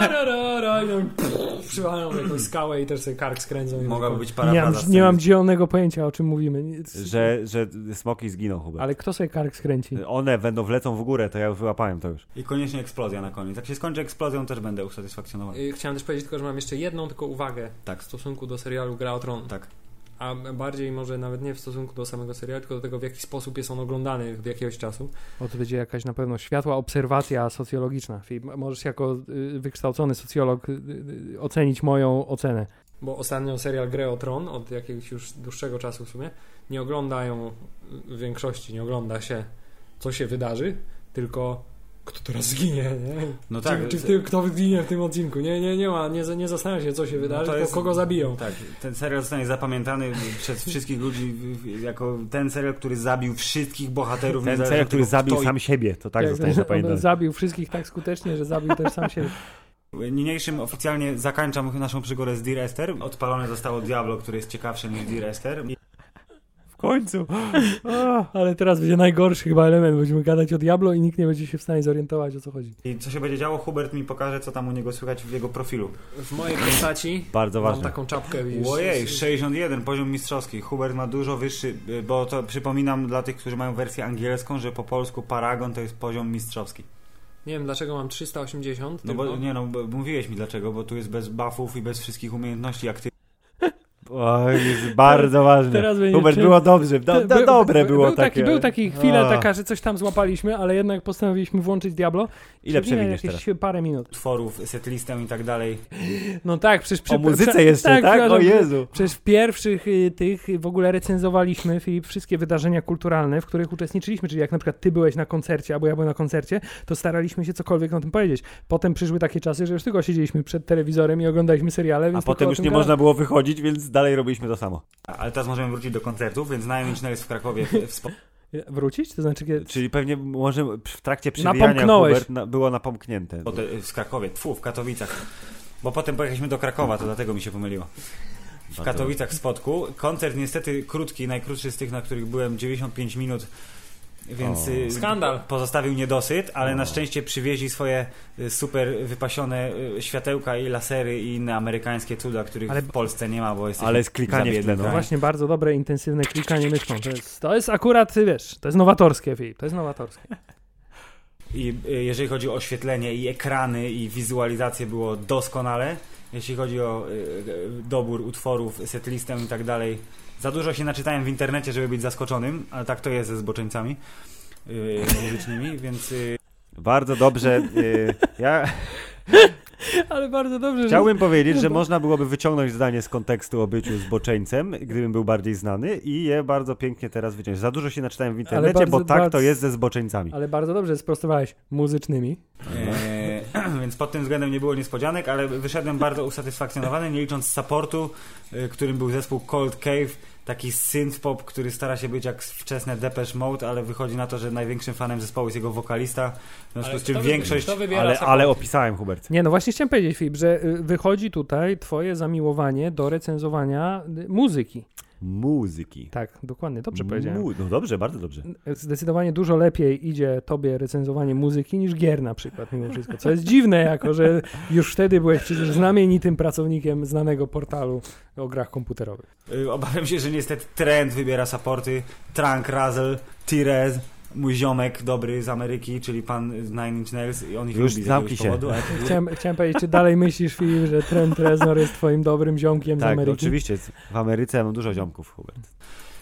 Speaker 5: No, ra, ra, ra, ra, i tam pff, Przywalą w jakąś skałę i też sobie kark skręcą. i
Speaker 4: Mogłaby być
Speaker 2: Nie mam,
Speaker 4: parafraza
Speaker 2: nie mam
Speaker 4: sceny.
Speaker 2: zielonego pojęcia, o czym mówimy. Nie-
Speaker 1: Że, że smoki zginą chyba.
Speaker 2: Ale kto sobie kark skręci?
Speaker 1: One będą wlecą w górę, to ja już wyłapałem to już.
Speaker 4: I koniecznie eksplozja na koniec. Jak się skończy eksplozją, też będę usatysfakcjonowany.
Speaker 5: Y, Chciałem też powiedzieć tylko, że mam jeszcze jedną tylko uwagę
Speaker 4: Tak.
Speaker 5: w stosunku do serialu Gra o Tron.
Speaker 4: Tak.
Speaker 5: A bardziej może nawet nie w stosunku do samego serialu, tylko do tego, w jaki sposób jest on oglądany od jakiegoś czasu.
Speaker 2: Bo to będzie jakaś na pewno światła obserwacja socjologiczna. Filip, Możesz jako y, wykształcony socjolog y, y, ocenić moją ocenę.
Speaker 5: Bo ostatnio serial Grę o Tron od jakiegoś już dłuższego czasu w sumie nie oglądają w większości, nie ogląda się co się wydarzy, tylko kto teraz zginie, nie?
Speaker 4: No
Speaker 5: Czy-
Speaker 4: tak.
Speaker 5: czy w tym, kto zginie w tym odcinku? Nie, nie, nie ma, nie, za- nie zastanawiam się co się
Speaker 4: No to
Speaker 5: wydarzy, tylko kogo zabiją.
Speaker 4: Tak, ten serial zostanie zapamiętany przez wszystkich ludzi w- w- jako ten serial, który zabił wszystkich bohaterów.
Speaker 1: Ten
Speaker 4: niezależnie
Speaker 1: cel,
Speaker 4: od
Speaker 1: który
Speaker 4: tego,
Speaker 1: zabił
Speaker 4: kto
Speaker 1: sam siebie, to tak
Speaker 2: Jak
Speaker 1: zostanie
Speaker 2: on
Speaker 1: zapamiętane.
Speaker 2: zabił wszystkich tak skutecznie, że zabił też sam siebie.
Speaker 4: Niniejszym oficjalnie zakończam naszą przygodę z Dear Esther. Odpalone zostało Diablo, które jest ciekawsze niż Dear Esther. I
Speaker 1: W końcu.
Speaker 2: Ale teraz będzie najgorszy chyba element. Będziemy gadać o Diablo i nikt nie będzie się w stanie zorientować, o co chodzi.
Speaker 4: i co się będzie działo, Hubert mi pokaże, co tam u niego słychać w jego profilu.
Speaker 5: W mojej postaci
Speaker 1: Bardzo
Speaker 5: mam
Speaker 1: ważne.
Speaker 5: taką czapkę. widzisz?
Speaker 4: Ojej, 61, poziom mistrzowski. Hubert ma dużo wyższy, y, bo to przypominam dla tych, którzy mają wersję angielską, że po polsku Paragon to jest poziom mistrzowski.
Speaker 5: Nie wiem dlaczego mam 380.
Speaker 4: No bo
Speaker 5: tylko.
Speaker 4: nie no, bo mówiłeś mi dlaczego, bo tu jest bez buffów i bez wszystkich umiejętności aktywnych.
Speaker 1: Oj, jest bardzo ważne.
Speaker 2: Teraz będzie
Speaker 1: Hubert,
Speaker 2: czym-
Speaker 1: było dobrze. Do, do,
Speaker 2: Był-
Speaker 1: dobre
Speaker 2: był-
Speaker 1: było
Speaker 2: był taki,
Speaker 1: takie.
Speaker 2: Był taki chwila
Speaker 1: A.
Speaker 2: taka, że coś tam złapaliśmy, ale jednak postanowiliśmy włączyć Diablo.
Speaker 1: Ile
Speaker 2: Przewinę
Speaker 1: przewiniesz teraz?
Speaker 2: jakieś parę minut.
Speaker 4: Tworów, setlistę i tak dalej.
Speaker 2: No tak, przecież przy,
Speaker 1: O muzyce
Speaker 2: prze-
Speaker 1: jeszcze, tak? O
Speaker 2: przepraszam,
Speaker 1: Jezu.
Speaker 2: Przecież w pierwszych y, tych y, w ogóle recenzowaliśmy, Filip, wszystkie wydarzenia kulturalne, w których uczestniczyliśmy, czyli jak na przykład ty byłeś na koncercie, albo ja byłem na koncercie, to staraliśmy się cokolwiek o tym powiedzieć. Potem przyszły takie czasy, że już tylko siedzieliśmy przed telewizorem i oglądaliśmy seriale, więc
Speaker 1: A
Speaker 2: tylko
Speaker 1: potem
Speaker 2: o
Speaker 1: już
Speaker 2: tym
Speaker 1: nie
Speaker 2: gadamy.
Speaker 1: można było wychodzić, więc dalej robiliśmy to samo.
Speaker 4: Ale teraz możemy wrócić do koncertów, więc najmniej jest w Krakowie w, w spo-
Speaker 2: Wrócić? To znaczy, kiedy...
Speaker 1: Czyli pewnie może w trakcie przewijania
Speaker 2: Napomknąłeś.
Speaker 1: Hubert na, było napomknięte.
Speaker 4: Potem- w Krakowie, tfu, w Katowicach. Bo potem pojechaliśmy do Krakowa, to dlatego mi się pomyliło. W Katowicach w Spodku. Koncert niestety krótki, najkrótszy z tych, na których byłem, 95 minut. Więc
Speaker 1: O. No.
Speaker 4: y,
Speaker 5: Skandal.
Speaker 4: pozostawił niedosyt, ale na szczęście przywieźli swoje y, super wypasione y, światełka i lasery i inne amerykańskie cuda, których
Speaker 2: Ale-
Speaker 4: w Polsce nie ma, bo jest
Speaker 1: Ale jest klikanie w tle, no.
Speaker 2: No właśnie, bardzo dobre, intensywne klikanie myszką. To jest, to jest akurat, ty wiesz, to jest nowatorskie, Filip, to jest nowatorskie.
Speaker 4: I y, jeżeli chodzi o oświetlenie i ekrany i wizualizację było doskonale. Jeśli chodzi o y, y, dobór utworów, setlistę i tak dalej. Za dużo się naczytałem w internecie, żeby być zaskoczonym, ale tak to jest ze zboczeńcami y, muzycznymi, więc y,
Speaker 1: Bardzo dobrze. y, ja
Speaker 2: Ale bardzo dobrze, że...
Speaker 1: Chciałbym powiedzieć, że można byłoby wyciągnąć zdanie z kontekstu o byciu zboczeńcem, gdybym był bardziej znany i je bardzo pięknie teraz wyciągnąć. Za dużo się naczytałem w internecie,
Speaker 2: bardzo-
Speaker 1: bo tak
Speaker 2: bardzo-
Speaker 1: to jest ze zboczeńcami.
Speaker 2: Ale bardzo dobrze sprostowałeś muzycznymi.
Speaker 4: e, więc pod tym względem nie było niespodzianek, ale wyszedłem bardzo usatysfakcjonowany, nie licząc supportu, y, którym był zespół Cold Cave, taki synth-pop, który stara się być jak wczesne Depeche Mode, ale wychodzi na to, że największym fanem zespołu jest jego wokalista, w związku
Speaker 5: Ale
Speaker 4: z czym
Speaker 5: kto wy-
Speaker 4: większość...
Speaker 5: kto wybiera
Speaker 1: Ale,
Speaker 5: support?
Speaker 1: ale opisałem, Hubert.
Speaker 2: Nie, no właśnie chciałem powiedzieć, Filip, że y, wychodzi tutaj twoje zamiłowanie do recenzowania y, muzyki.
Speaker 1: Muzyki.
Speaker 2: Tak, dokładnie, dobrze powiedziałem.
Speaker 1: Mu- No dobrze, bardzo dobrze.
Speaker 2: Zdecydowanie dużo lepiej idzie tobie recenzowanie muzyki niż gier na przykład, mimo wszystko. Co jest dziwne, jako że już wtedy byłeś przecież znamienitym pracownikiem znanego portalu o grach komputerowych.
Speaker 4: Y, Obawiam się, że niestety trend wybiera supporty. Trunk Razzle, Tirez, mój ziomek dobry z Ameryki, czyli pan z Nine Inch Nails i on ich
Speaker 1: Już
Speaker 4: lubi z
Speaker 1: zamknij się.
Speaker 4: jakiegoś
Speaker 1: Tak.
Speaker 4: powodu. ale-
Speaker 2: Chciałem, chciałem powiedzieć, czy dalej myślisz, Filip, że Trent Reznor jest twoim dobrym ziomkiem z
Speaker 1: Tak,
Speaker 2: Ameryki?
Speaker 1: oczywiście. W Ameryce mam dużo ziomków, Hubert.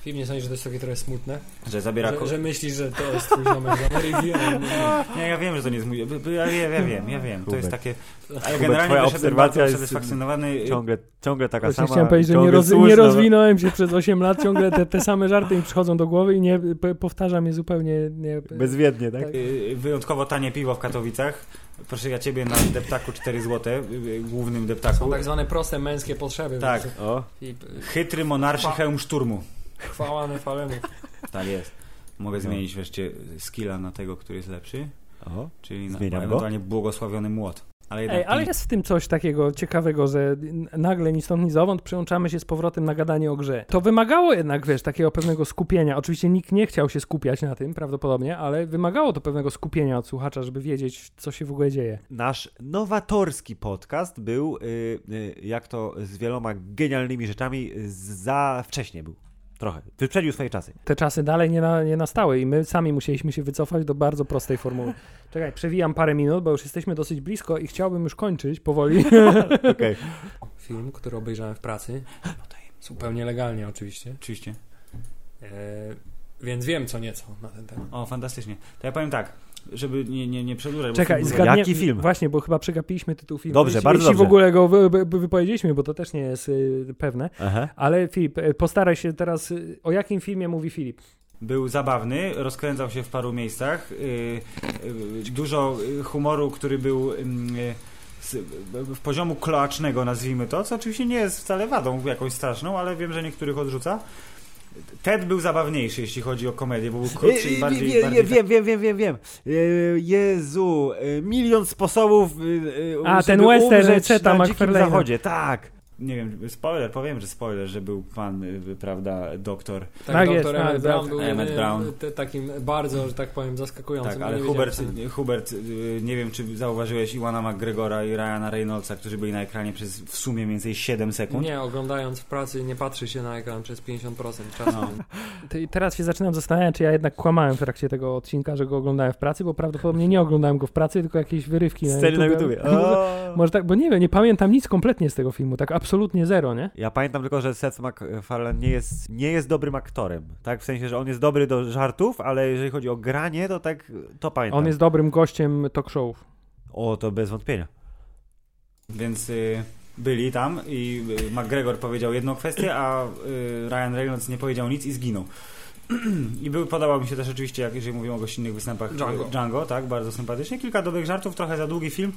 Speaker 5: Film nie sądzisz, że to jest takie trochę smutne?
Speaker 4: Że zabiera...
Speaker 5: Że,
Speaker 4: ko-
Speaker 5: że myślisz, że to jest twój ziomek z
Speaker 4: Tak.
Speaker 5: Ameryki, a on mówi,
Speaker 4: Nie, ja wiem, że to nie jest mój... b- b- Ja wiem, ja wiem, ja wiem. To
Speaker 1: Kubek.
Speaker 4: jest takie... A ja
Speaker 1: twoja
Speaker 4: generalnie wyszedłem
Speaker 1: obserwacja
Speaker 4: bardzo y,
Speaker 1: jest-
Speaker 4: satysfakcjonowany...
Speaker 1: Ciągle, ciągle taka
Speaker 2: Właśnie
Speaker 1: sama.
Speaker 2: chciałem powiedzieć, że nie,
Speaker 1: ciągle
Speaker 2: roz,
Speaker 1: słuszna, no,
Speaker 2: nie rozwinąłem się przez 8 lat, ciągle te, te same żarty mi przychodzą do głowy i nie p- powtarzam je zupełnie. Nie,
Speaker 1: Bezwiednie, tak?
Speaker 2: Tak.
Speaker 4: Y, Wyjątkowo tanie piwo w Katowicach. Proszę ja ciebie na deptaku 4 zł, y, głównym deptaku.
Speaker 5: są tak zwane proste męskie potrzeby.
Speaker 4: Tak.
Speaker 1: O,
Speaker 5: I y,
Speaker 4: Chytry monarszy
Speaker 5: Fa-
Speaker 4: hełm szturmu.
Speaker 5: chwała Nefalemu.
Speaker 4: Tak jest. Mogę
Speaker 1: No.
Speaker 4: zmienić wreszcie skilla na tego, który jest lepszy,
Speaker 1: o.
Speaker 4: czyli na
Speaker 1: Zmieniam go.
Speaker 4: ewentualnie błogosławiony młot. Ale jednak
Speaker 2: Ej, ale
Speaker 4: pij.
Speaker 2: jest w tym coś takiego ciekawego, że n- nagle ni stąd, ni zowąd przyłączamy się z powrotem na gadanie o grze. To wymagało jednak, wiesz, takiego pewnego skupienia. Oczywiście nikt nie chciał się skupiać na tym, prawdopodobnie, ale wymagało to pewnego skupienia od słuchacza, żeby wiedzieć, co się w ogóle dzieje.
Speaker 1: Nasz nowatorski podcast był, y, y, jak to z wieloma genialnymi rzeczami, y, za wcześnie był. Trochę. Wyprzedził swoje czasy.
Speaker 2: Te czasy dalej nie, na, nie nastały i my sami musieliśmy się wycofać do bardzo prostej formuły. Czekaj, przewijam parę minut, bo już jesteśmy dosyć blisko i chciałbym już kończyć powoli.
Speaker 1: Okej.
Speaker 5: Film, który obejrzałem w pracy, zupełnie legalnie oczywiście,
Speaker 4: Oczywiście.
Speaker 5: e, więc wiem co nieco na ten temat.
Speaker 4: O, fantastycznie. To ja powiem tak, żeby nie, nie, nie przedłużać. bo
Speaker 2: Czekaj,
Speaker 4: film był-
Speaker 1: zgadnij-
Speaker 2: zgadnie...
Speaker 1: Jaki film?
Speaker 2: Właśnie, bo chyba przegapiliśmy tytuł filmu.
Speaker 1: Dobrze,
Speaker 2: jeśli,
Speaker 1: bardzo
Speaker 2: Jeśli
Speaker 1: dobrze.
Speaker 2: w ogóle go wy, wy, wypowiedzieliśmy, bo to też nie jest y, pewne.
Speaker 1: Aha.
Speaker 2: Ale Filip, y, postaraj się teraz, y, o jakim filmie mówi Filip?
Speaker 4: Był zabawny, rozkręcał się w paru miejscach. y, y, Dużo y, humoru, który był ym, y, z- w- w poziomu kloacznego, nazwijmy to, co oczywiście nie jest wcale wadą jakąś straszną, ale wiem, że niektórych odrzuca. Ted był zabawniejszy, jeśli chodzi o komedię, bo był krótszy i bardziej...
Speaker 1: Y,
Speaker 4: tak-
Speaker 1: Wie-
Speaker 4: bardziej
Speaker 1: Wiem, wiem, wiem, wiem, wiem. Y, Jezu, y, milion sposobów. y, y,
Speaker 2: A,
Speaker 1: żeby
Speaker 2: ten western
Speaker 1: umrzeć
Speaker 2: Seta
Speaker 1: na dzikim
Speaker 2: MacFarlane'a.
Speaker 1: zachodzie, tak.
Speaker 4: Nie wiem, spoiler, powiem, że spoiler, że był pan, y, prawda, doktor.
Speaker 5: Tak,
Speaker 2: Tak jest,
Speaker 5: doktor Emmett
Speaker 2: tak,
Speaker 5: Brown
Speaker 2: tak.
Speaker 5: był
Speaker 4: Emmett
Speaker 5: jedynym,
Speaker 4: Brown.
Speaker 5: y, te, takim bardzo, że tak powiem, zaskakującym.
Speaker 4: Tak,
Speaker 5: bo
Speaker 4: ale
Speaker 5: nie
Speaker 4: Hubert,
Speaker 5: wiedziałem,
Speaker 4: Hubert, y, nie wiem, czy zauważyłeś Iwana McGregora i Ryana Reynoldsa, którzy byli na ekranie przez w sumie mniej więcej 7
Speaker 5: co-
Speaker 4: sekund.
Speaker 5: Nie, oglądając w pracy nie patrzy się na ekran przez 50% czasu.
Speaker 4: No.
Speaker 2: Ty, teraz się zaczynam zastanawiać, czy ja jednak kłamałem w trakcie tego odcinka, że go oglądałem w pracy, bo prawdopodobnie nie oglądałem go w pracy, tylko jakieś wyrywki
Speaker 1: Sceny na YouTubie.
Speaker 2: Może,
Speaker 1: O.
Speaker 2: może tak, bo nie wiem, nie pamiętam nic kompletnie z tego filmu, tak absolutnie zero, nie?
Speaker 1: Ja pamiętam tylko, że Seth MacFarlane nie jest, nie jest dobrym aktorem, tak? W sensie, że on jest dobry do żartów, ale jeżeli chodzi o granie, to tak, to pamiętam.
Speaker 2: On jest dobrym gościem talk showów.
Speaker 1: O, to bez wątpienia.
Speaker 4: Więc y, byli tam i y, McGregor powiedział jedną kwestię, a y, Ryan Reynolds nie powiedział nic i zginął. I był, podobał mi się też oczywiście, jak jeżeli mówimy o gościnnych występach
Speaker 5: Django.
Speaker 4: y, Django, tak, bardzo sympatycznie. Kilka dobrych żartów, trochę za długi film,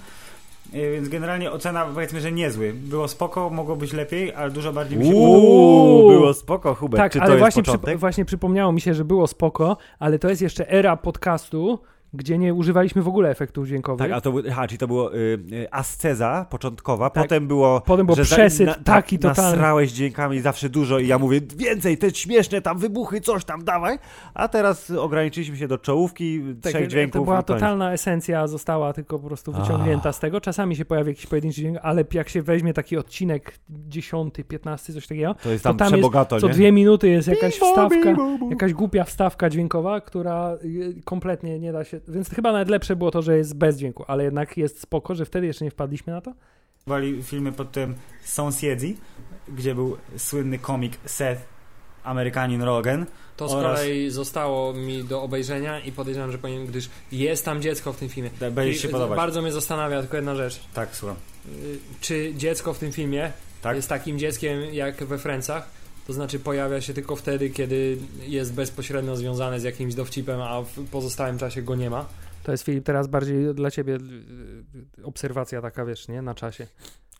Speaker 4: y, więc generalnie ocena powiedzmy, że niezły. Było spoko, mogło być lepiej, ale dużo bardziej mi się
Speaker 2: Uuu.
Speaker 1: było spoko, Hubert.
Speaker 2: Tak,
Speaker 1: Czy to
Speaker 2: ale
Speaker 1: jest
Speaker 2: właśnie,
Speaker 1: początek?
Speaker 2: przyp- właśnie przypomniało mi się, że było spoko, ale to jest jeszcze era podcastu, gdzie nie używaliśmy w ogóle efektów dźwiękowych.
Speaker 1: Tak, a to, był- aha, czyli to było y, y, asceza początkowa,
Speaker 2: Tak.
Speaker 1: potem było...
Speaker 2: Potem był
Speaker 1: że za-
Speaker 2: przesyt taki totalny.
Speaker 1: Nasrałeś dźwiękami zawsze dużo i ja mówię więcej, te śmieszne tam wybuchy, coś tam dawaj, a teraz ograniczyliśmy się do czołówki,
Speaker 2: Tak,
Speaker 1: trzech dźwięków
Speaker 2: To była
Speaker 1: i koniec.
Speaker 2: totalna esencja, została tylko po prostu wyciągnięta z tego. Czasami się pojawia jakiś pojedynczy dźwięk, ale jak się weźmie taki odcinek 10, 15, coś takiego,
Speaker 1: To jest
Speaker 2: to
Speaker 1: tam,
Speaker 2: tam jest
Speaker 1: przebogato,
Speaker 2: co
Speaker 1: nie?
Speaker 2: dwie minuty jest
Speaker 1: Bim,
Speaker 2: jakaś
Speaker 1: bo, bim,
Speaker 2: wstawka,
Speaker 1: bo, bo.
Speaker 2: jakaś głupia wstawka dźwiękowa, która y, kompletnie nie da się... Więc chyba nawet lepsze było to, że jest bez dźwięku, ale jednak jest spoko, że wtedy jeszcze nie wpadliśmy na to.
Speaker 4: Wali filmy pod tym Sąsiedzi, gdzie był słynny komik Seth, Amerykanin Rogen.
Speaker 5: To z
Speaker 4: Oraz-
Speaker 5: kolei zostało mi do obejrzenia i podejrzewam, że powinien, gdyż jest tam dziecko w tym filmie.
Speaker 4: Da- Będzie
Speaker 5: I
Speaker 4: się podobać.
Speaker 5: Bardzo mnie zastanawia tylko jedna rzecz.
Speaker 4: Tak, słucham.
Speaker 5: Y, Czy dziecko w tym filmie
Speaker 4: Tak.
Speaker 5: jest takim dzieckiem jak we Francach? To znaczy pojawia się tylko wtedy, kiedy jest bezpośrednio związane z jakimś dowcipem, a w pozostałym czasie go nie ma.
Speaker 2: To jest, Filip, teraz bardziej dla ciebie y, obserwacja taka, wiesz, nie? Na czasie.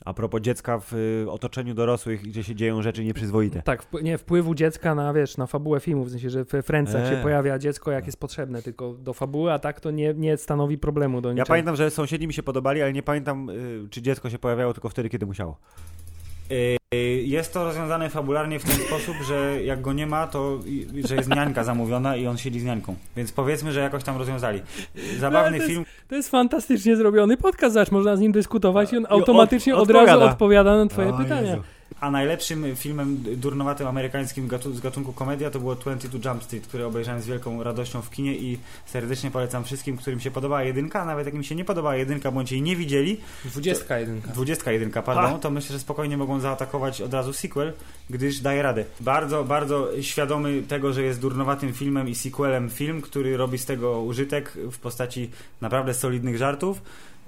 Speaker 1: A propos dziecka w y, otoczeniu dorosłych, gdzie się dzieją rzeczy nieprzyzwoite.
Speaker 2: Tak, wpł- nie, wpływu dziecka na, wiesz, na fabułę filmu, w sensie, że w Francach
Speaker 1: Eee.
Speaker 2: się pojawia dziecko, jak jest potrzebne tylko do fabuły, a tak to nie, nie stanowi problemu do niczego.
Speaker 1: Ja pamiętam, że sąsiedzi mi się podobali, ale nie pamiętam, y, czy dziecko się pojawiało tylko wtedy, kiedy musiało.
Speaker 4: Y, y, Jest to rozwiązane fabularnie w ten sposób, że jak go nie ma, to i- że jest niańka zamówiona i on siedzi z niańką. Więc powiedzmy, że jakoś tam rozwiązali.
Speaker 2: No,
Speaker 4: Zabawny
Speaker 2: to jest-
Speaker 4: film,
Speaker 2: To jest fantastycznie zrobiony podcast, zobacz, można z nim dyskutować i on
Speaker 1: I
Speaker 2: automatycznie
Speaker 1: od-
Speaker 2: od razu
Speaker 1: odpowiada.
Speaker 2: odpowiada na twoje
Speaker 1: O
Speaker 2: pytania.
Speaker 1: Jezu.
Speaker 4: A najlepszym filmem durnowatym amerykańskim gatu- z gatunku komedia to było 22 Jump Street, który obejrzałem z wielką radością w kinie i serdecznie polecam wszystkim, którym się podobała jedynka, a nawet jakim się nie podobała jedynka, bądź jej nie widzieli.
Speaker 5: Dwudziestka jedynka.
Speaker 4: 21, pardon, to myślę, że spokojnie mogą zaatakować od razu sequel, gdyż daje radę. Bardzo, bardzo świadomy tego, że jest durnowatym filmem i sequelem film, który robi z tego użytek w postaci naprawdę solidnych żartów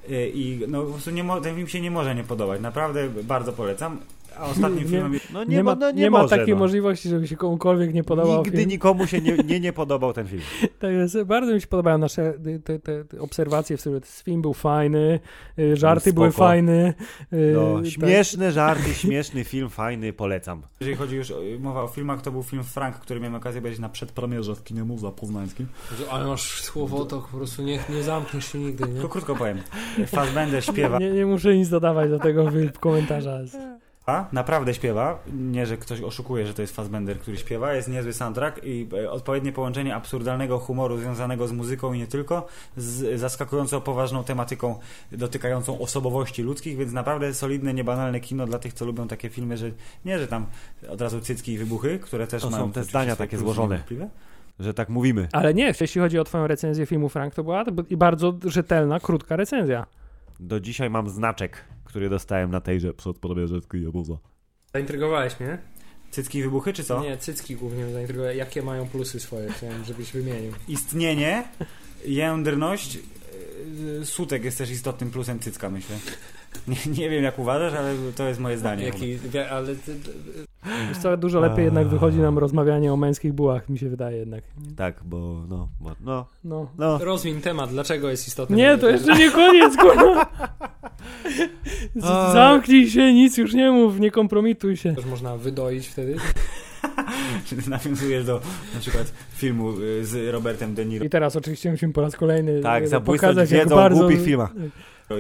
Speaker 4: Y, i no, po prostu nie mo- ten film się nie może nie podobać. Naprawdę bardzo polecam. A ostatnim
Speaker 2: Nie.
Speaker 4: filmem
Speaker 1: No
Speaker 2: Nie, ma,
Speaker 1: no,
Speaker 2: nie, ma
Speaker 1: może,
Speaker 2: takiej
Speaker 1: no.
Speaker 2: możliwości, żeby się komukolwiek nie podobał.
Speaker 1: Nigdy
Speaker 2: film.
Speaker 1: nikomu się nie, nie, nie podobał ten film.
Speaker 2: Tak jest. Bardzo mi się podobają nasze y, te, te, te obserwacje, w których film był fajny, y, żarty
Speaker 1: Spoko.
Speaker 2: były fajne. y,
Speaker 1: No,
Speaker 2: tak.
Speaker 1: śmieszne żarty, śmieszny film, fajny, polecam.
Speaker 4: Jeżeli chodzi już o, mowa o filmach, to był film Frank, który miałem okazję obejrzeć na przedpremierze w kinie Muza Poznańskim.
Speaker 5: Ale masz słowo, to po prostu nie, nie zamkniesz się nigdy, nie?
Speaker 4: Tylko krótko powiem. Fassbender śpiewa.
Speaker 2: Nie, nie muszę nic dodawać do tego wy- komentarza.
Speaker 4: A, naprawdę śpiewa. Nie, że ktoś oszukuje, że to jest Fassbender, który śpiewa. Jest niezły soundtrack i e, odpowiednie połączenie absurdalnego humoru związanego z muzyką i nie tylko, z zaskakująco poważną tematyką dotykającą osobowości ludzkich, więc naprawdę solidne, niebanalne kino dla tych, co lubią takie filmy, że nie, że tam od razu cycki i wybuchy, które też
Speaker 1: To są
Speaker 4: mają...
Speaker 1: te
Speaker 4: oczywiście
Speaker 1: zdania
Speaker 4: swoje
Speaker 1: takie
Speaker 4: plusy
Speaker 1: złożone.
Speaker 4: niewątpliwe.
Speaker 1: Że tak mówimy.
Speaker 2: Ale nie, jeśli chodzi o twoją recenzję filmu Frank, to była b- i bardzo rzetelna, krótka recenzja.
Speaker 1: Do dzisiaj mam znaczek, który dostałem na tejże przedpremierze w kinie Muza.
Speaker 5: Zaintrygowałeś mnie?
Speaker 4: Cycki i wybuchy, czy co?
Speaker 5: Nie, cycki głównie mnie zaintrygowały. Jakie mają plusy swoje, chciałem, żebyś wymienił.
Speaker 4: Istnienie, jędrność, e, sutek jest też istotnym plusem cycka, myślę. Nie, nie wiem, jak uważasz, ale to jest moje zdanie.
Speaker 5: Jaki, wie- ale ty,
Speaker 2: Wiesz co, dużo lepiej jednak wychodzi nam rozmawianie o męskich bułach, mi się wydaje jednak.
Speaker 1: Tak, bo no, bo, no,
Speaker 2: No.
Speaker 1: no.
Speaker 5: rozwin temat, dlaczego jest istotny.
Speaker 2: Nie, to jeszcze nie koniec, kurwa. Z-
Speaker 1: A.
Speaker 2: Zamknij się, nic już nie mów, nie kompromituj się.
Speaker 5: Też można wydoić wtedy.
Speaker 4: Czy ty nawiązujesz do na przykład filmu y, z Robertem De Niro
Speaker 2: I teraz oczywiście musimy po raz kolejny
Speaker 1: Tak,
Speaker 2: e,
Speaker 1: zabłysnąć
Speaker 2: pokazać, jak
Speaker 1: wiedzą o
Speaker 2: bardzo...
Speaker 1: głupich filmach.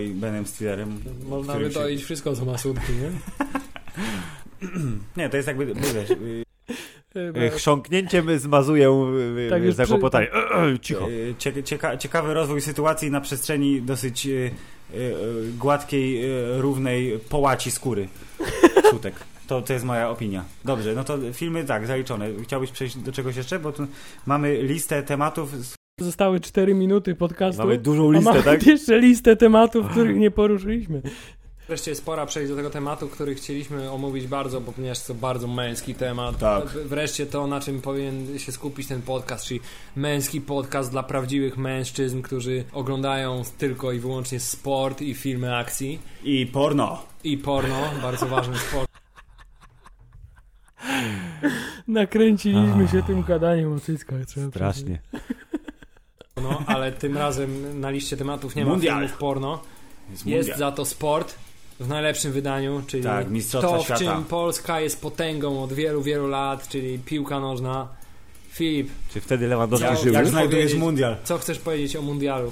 Speaker 4: i Benem Stillerem?
Speaker 2: No,
Speaker 5: Można
Speaker 4: którym się-
Speaker 5: wydoić wszystko, co ma słodki, nie?
Speaker 4: Nie, to jest jakby, mówisz, y,
Speaker 2: E,
Speaker 1: Y, Chrząknięciem zmazuję y, y,
Speaker 2: Tak już przy-
Speaker 1: zakłopotanie. E, e, Cicho.
Speaker 4: y, cie- cieka, ciekawy rozwój sytuacji na przestrzeni dosyć y, y, y, gładkiej, y, równej połaci skóry. Sutek. To, to jest moja opinia. Dobrze, no to filmy tak, zaliczone. Chciałbyś przejść do czegoś jeszcze? Bo tu mamy listę tematów. z-
Speaker 2: Zostały 4 minuty podcastu.
Speaker 1: Mamy dużą
Speaker 2: a
Speaker 1: listę,
Speaker 2: mamy
Speaker 1: tak?
Speaker 2: jeszcze listę tematów, których nie poruszyliśmy.
Speaker 5: Wreszcie jest pora przejść do tego tematu, który chcieliśmy omówić bardzo, bo ponieważ to bardzo męski temat.
Speaker 4: Tak.
Speaker 5: W- Wreszcie to, na czym powinien się skupić ten podcast, czyli męski podcast dla prawdziwych mężczyzn, którzy oglądają tylko i wyłącznie sport i filmy akcji.
Speaker 4: I porno.
Speaker 5: I porno, bardzo ważny sport.
Speaker 2: Nakręciliśmy się tym gadaniem o cyckach. Trzeba przyznać.
Speaker 1: Strasznie.
Speaker 5: No, ale tym razem na liście tematów nie ma
Speaker 4: Mundial.
Speaker 5: filmów porno.
Speaker 4: Jest
Speaker 5: Jest
Speaker 4: mundial.
Speaker 5: za to sport w najlepszym wydaniu, czyli
Speaker 4: Tak, mistrzostwa
Speaker 5: to, w
Speaker 4: świata.
Speaker 5: czym Polska jest potęgą od wielu, wielu lat, czyli piłka nożna. Filip,
Speaker 1: Czy wtedy Lewandowski
Speaker 5: Ja-
Speaker 1: żył?
Speaker 4: Jak
Speaker 5: Już
Speaker 4: znajdujesz
Speaker 5: powiedzieć-
Speaker 4: mundial?
Speaker 5: co chcesz powiedzieć o mundialu?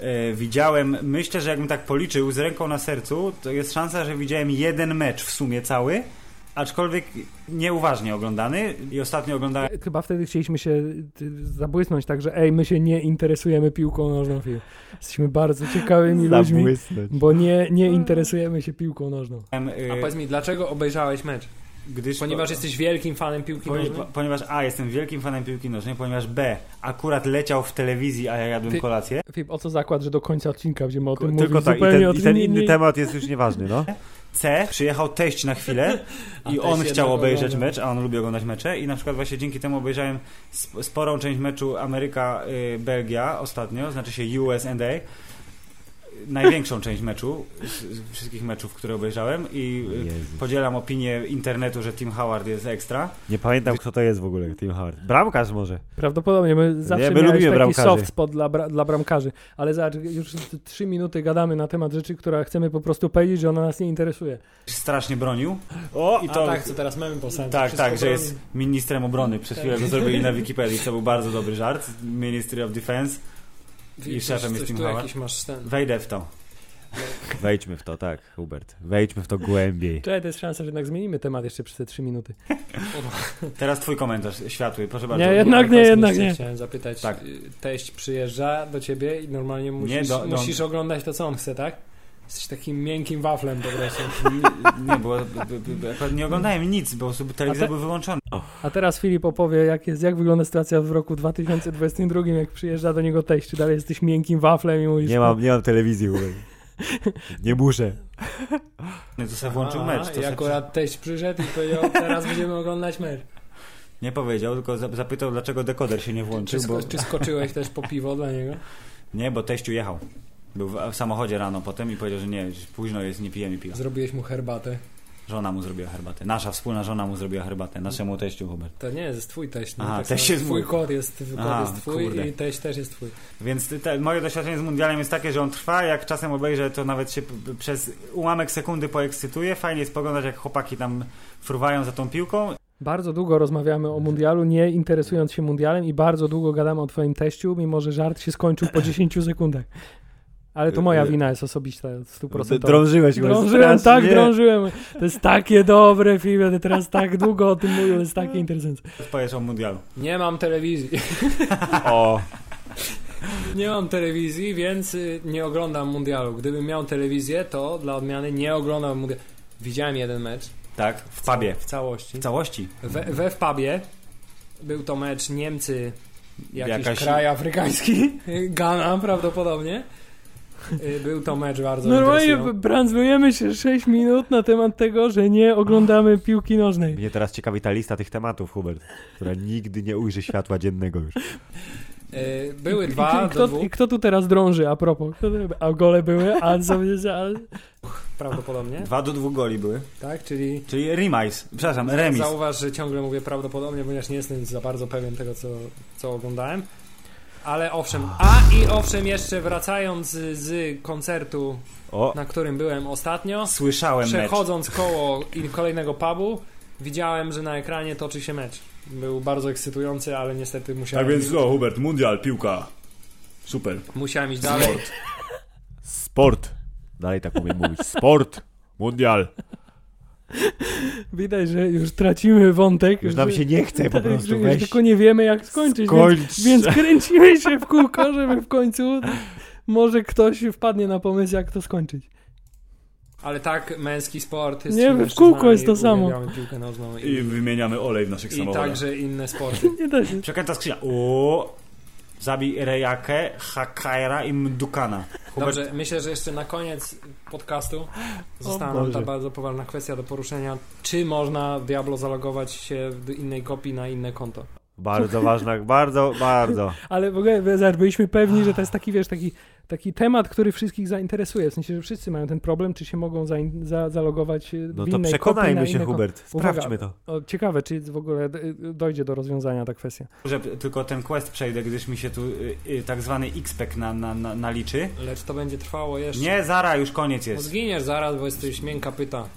Speaker 4: E, widziałem, myślę, że jakbym tak policzył z ręką na sercu, to jest szansa, że widziałem jeden mecz w sumie cały, aczkolwiek nieuważnie oglądany i ostatnio oglądałem
Speaker 2: E, Chyba wtedy chcieliśmy się y, zabłysnąć, tak że ej, my się nie interesujemy piłką nożną. Film. Jesteśmy bardzo ciekawymi ludźmi,
Speaker 1: Zabłysnąć.
Speaker 2: bo nie, nie interesujemy się piłką nożną.
Speaker 4: e,
Speaker 5: A powiedz mi, dlaczego obejrzałeś mecz?
Speaker 4: gdyż
Speaker 5: Ponieważ jesteś wielkim fanem piłki
Speaker 4: Poni-
Speaker 5: nożnej?
Speaker 4: ponieważ A, jestem wielkim fanem piłki nożnej, ponieważ B, akurat leciał w telewizji, a ja jadłem
Speaker 2: Ty-
Speaker 4: kolację.
Speaker 2: Filip, o co zakład, że do końca odcinka będziemy o tym mówić?
Speaker 1: Tylko tak, i
Speaker 2: zupełnie o
Speaker 1: ten, i
Speaker 2: tym
Speaker 1: ten
Speaker 2: nie-
Speaker 1: inny
Speaker 2: nie-
Speaker 1: temat jest już nieważny, no.
Speaker 4: C, przyjechał teść na chwilę
Speaker 5: A
Speaker 4: i
Speaker 5: teść
Speaker 4: on
Speaker 5: jednak
Speaker 4: chciał obejrzeć
Speaker 5: oglądał.
Speaker 4: mecz, a on lubi oglądać mecze i na przykład właśnie dzięki temu obejrzałem sp- sporą część meczu Ameryka-Belgia ostatnio, znaczy się USA. Największą część meczu, z- z wszystkich meczów, które obejrzałem i y,
Speaker 1: Jezu.
Speaker 4: podzielam opinię internetu, że Tim Howard jest ekstra.
Speaker 1: Nie pamiętam, kto to jest w ogóle, Tim Howard. Bramkarz może.
Speaker 2: Prawdopodobnie, my zawsze
Speaker 1: my
Speaker 2: miałeś
Speaker 1: lubimy
Speaker 2: taki
Speaker 1: bramkarzy.
Speaker 2: soft spot dla, bra- dla bramkarzy, ale zobacz, już t- trzy minuty gadamy na temat rzeczy, która chcemy po prostu powiedzieć, że ona nas nie interesuje.
Speaker 4: Strasznie bronił. O,
Speaker 5: A
Speaker 4: i to,
Speaker 5: tak, co teraz mamy powstałem.
Speaker 4: Tak,
Speaker 5: Wszystko
Speaker 4: tak, że
Speaker 5: broni. Tak.
Speaker 4: jest ministrem obrony. Przez chwilę go zrobili na Wikipedii, co był bardzo dobry żart. Ministry of Defense.
Speaker 5: Filip,
Speaker 4: i szefem
Speaker 5: coś
Speaker 4: jest
Speaker 5: tu
Speaker 4: Tim Howard.
Speaker 5: jakiś masz ten...
Speaker 4: Wejdę w to.
Speaker 1: Wejdźmy w to, tak, Hubert. Wejdźmy w to głębiej.
Speaker 2: Czekaj, to jest szansa, że jednak zmienimy temat jeszcze przez te trzy minuty.
Speaker 4: Teraz twój komentarz światły, proszę bardzo.
Speaker 2: Nie, jednak nie,
Speaker 5: Kosmicznie
Speaker 2: jednak nie.
Speaker 5: Chciałem zapytać,
Speaker 4: Tak.
Speaker 5: y, teść przyjeżdża do ciebie i normalnie musisz,
Speaker 4: do- do-
Speaker 5: musisz oglądać to, co on chce, tak? Jesteś takim miękkim waflem po prostu.
Speaker 4: Nie, nie, bo b- b- b- akurat nie oglądałem nic, bo osoby telewizor
Speaker 2: A te-
Speaker 4: był wyłączony.
Speaker 2: A teraz Filip opowie, jak, jest, jak wygląda sytuacja w roku 2022, jak przyjeżdża do niego teść. Czy dalej jesteś miękkim waflem i mówisz...
Speaker 1: Nie mam, nie mam telewizji. Uwe. Nie muszę.
Speaker 4: To sobie włączył mecz. To znaczy-
Speaker 5: I
Speaker 4: se
Speaker 5: akurat teść przyszedł i powiedział, teraz będziemy oglądać mecz.
Speaker 4: przy- Nie powiedział, tylko za- zapytał, dlaczego dekoder się nie
Speaker 5: Czy,
Speaker 4: włączył,
Speaker 5: sko-
Speaker 4: bo...
Speaker 5: czy skoczyłeś też po piwo dla niego?
Speaker 4: Nie, bo teściu jechał. Był w, w samochodzie rano potem i powiedział, że nie, że późno jest, nie pijemy piwa.
Speaker 5: Zrobiłeś mu herbatę.
Speaker 4: Żona mu zrobiła herbatę. Nasza wspólna żona mu zrobiła herbatę. Naszemu teściu Hubert.
Speaker 5: To nie jest twój teść. No.
Speaker 4: Aha,
Speaker 5: tak
Speaker 4: teść
Speaker 5: samo
Speaker 4: jest
Speaker 5: twój
Speaker 4: mój.
Speaker 5: kot jest, kot
Speaker 4: Aha,
Speaker 5: jest twój
Speaker 4: kurde.
Speaker 5: i teść też jest twój.
Speaker 4: Więc te, moje doświadczenie z mundialem jest takie, że on trwa, jak czasem obejrzę, to nawet się p- p- przez ułamek sekundy poekscytuję. Fajnie jest poglądać, jak chłopaki tam fruwają za tą piłką.
Speaker 2: Bardzo długo rozmawiamy o mundialu, nie interesując się mundialem i bardzo długo gadamy o twoim teściu, mimo że żart się skończył po 10 sekundach. Ale to moja wina jest osobista, 100%.
Speaker 1: E, Drążyłeś go.
Speaker 2: Drążyłem, tak,
Speaker 1: strasznie.
Speaker 2: drążyłem. To jest takie dobre, Filip, ja teraz tak długo o tym mówię, to jest takie interesujące.
Speaker 4: Powiesz o mundialu.
Speaker 5: Nie mam telewizji.
Speaker 1: O,
Speaker 5: Nie mam telewizji, więc y, nie oglądam mundialu. Gdybym miał telewizję, to dla odmiany nie oglądam mundialu. Widziałem jeden mecz
Speaker 4: Tak, w pubie.
Speaker 5: w całości.
Speaker 4: W całości.
Speaker 5: We, we wpabie był to mecz Niemcy, jakiś
Speaker 4: Jakaś-
Speaker 5: kraj afrykański, Ghana prawdopodobnie. Y, Był to mecz bardzo
Speaker 2: Normalnie
Speaker 5: interesujący.
Speaker 2: brandzlujemy się 6 minut na temat tego, że nie oglądamy piłki nożnej.
Speaker 1: mnie teraz ciekawi ta lista tych tematów, Hubert, która nigdy nie ujrzy światła dziennego już.
Speaker 5: Y, Były
Speaker 2: I-
Speaker 5: dwa
Speaker 2: i,
Speaker 5: do
Speaker 2: kto, I
Speaker 5: dwóch
Speaker 2: kto tu teraz drąży a propos? Kto, tu- a gole były, a co a,
Speaker 5: prawdopodobnie,
Speaker 4: Dwa do dwóch goli były.
Speaker 5: tak? Czyli
Speaker 4: Czyli remis. Przepraszam, remis.
Speaker 5: Zauważ, że ciągle mówię prawdopodobnie, ponieważ nie jestem za bardzo pewien tego, co, co oglądałem. Ale owszem, a i owszem, jeszcze wracając z, z koncertu,
Speaker 1: O,
Speaker 5: na którym byłem ostatnio,
Speaker 4: Słyszałem mecz.
Speaker 5: przechodząc koło i- kolejnego pubu, widziałem, że na ekranie toczy się mecz. Był bardzo ekscytujący, ale niestety
Speaker 1: Tak
Speaker 5: musiałem,
Speaker 4: no, Hubert, mundial, piłka. Super.
Speaker 5: musiałem iść dalej.
Speaker 1: sport. Dalej tak umiem mówić. Sport. Mundial.
Speaker 2: widać, że już tracimy wątek.
Speaker 1: Już nam
Speaker 2: że-
Speaker 1: się nie chce po
Speaker 2: tak, że
Speaker 1: prostu
Speaker 2: już
Speaker 1: weź.
Speaker 2: tylko nie wiemy, jak skończyć.
Speaker 1: Skończ.
Speaker 2: Więc, więc kręcimy się w kółko, żeby w końcu może ktoś wpadnie na pomysł, jak to skończyć.
Speaker 5: Ale tak, męski sport jest
Speaker 2: Nie,
Speaker 5: ci
Speaker 2: w
Speaker 5: mężczyznami,
Speaker 2: kółko jest to samo.
Speaker 5: uwielbiamy piłkę nożną i,
Speaker 4: wymieniamy olej w naszych
Speaker 5: i także inne sporty.
Speaker 2: Nie da się.
Speaker 4: Przekręta skrzynia. O, Zabij Rejakę, Hakaira i Mdukana. Hubert,
Speaker 5: Dobrze, myślę, że jeszcze na koniec podcastu została
Speaker 1: O
Speaker 5: nam
Speaker 1: Boże.
Speaker 5: ta bardzo poważna kwestia do poruszenia. Czy można Diablo zalogować się w innej kopii na inne konto?
Speaker 1: Bardzo ważna, bardzo, bardzo.
Speaker 2: Ale w ogóle we- zobacz, byliśmy pewni, że to jest taki, wiesz, taki, taki temat, który wszystkich zainteresuje. W sensie, że wszyscy mają ten problem, czy się mogą za, za, zalogować e,
Speaker 1: No
Speaker 2: w
Speaker 1: to
Speaker 2: innej
Speaker 1: przekonajmy
Speaker 2: kopii, na
Speaker 1: się,
Speaker 2: inne konto.
Speaker 1: Hubert.
Speaker 2: Uwaga.
Speaker 1: Sprawdźmy to.
Speaker 2: O, ciekawe, czy w ogóle e, dojdzie do rozwiązania ta kwestia.
Speaker 4: że tylko ten quest przejdę, gdyż mi się tu y, y, tak zwany XPEC na, na, na, naliczy.
Speaker 5: Lecz to będzie trwało jeszcze.
Speaker 4: Nie, Zara, już koniec
Speaker 5: Bo
Speaker 4: jest.
Speaker 5: Zginiesz zaraz, bo jesteś miękka pyta.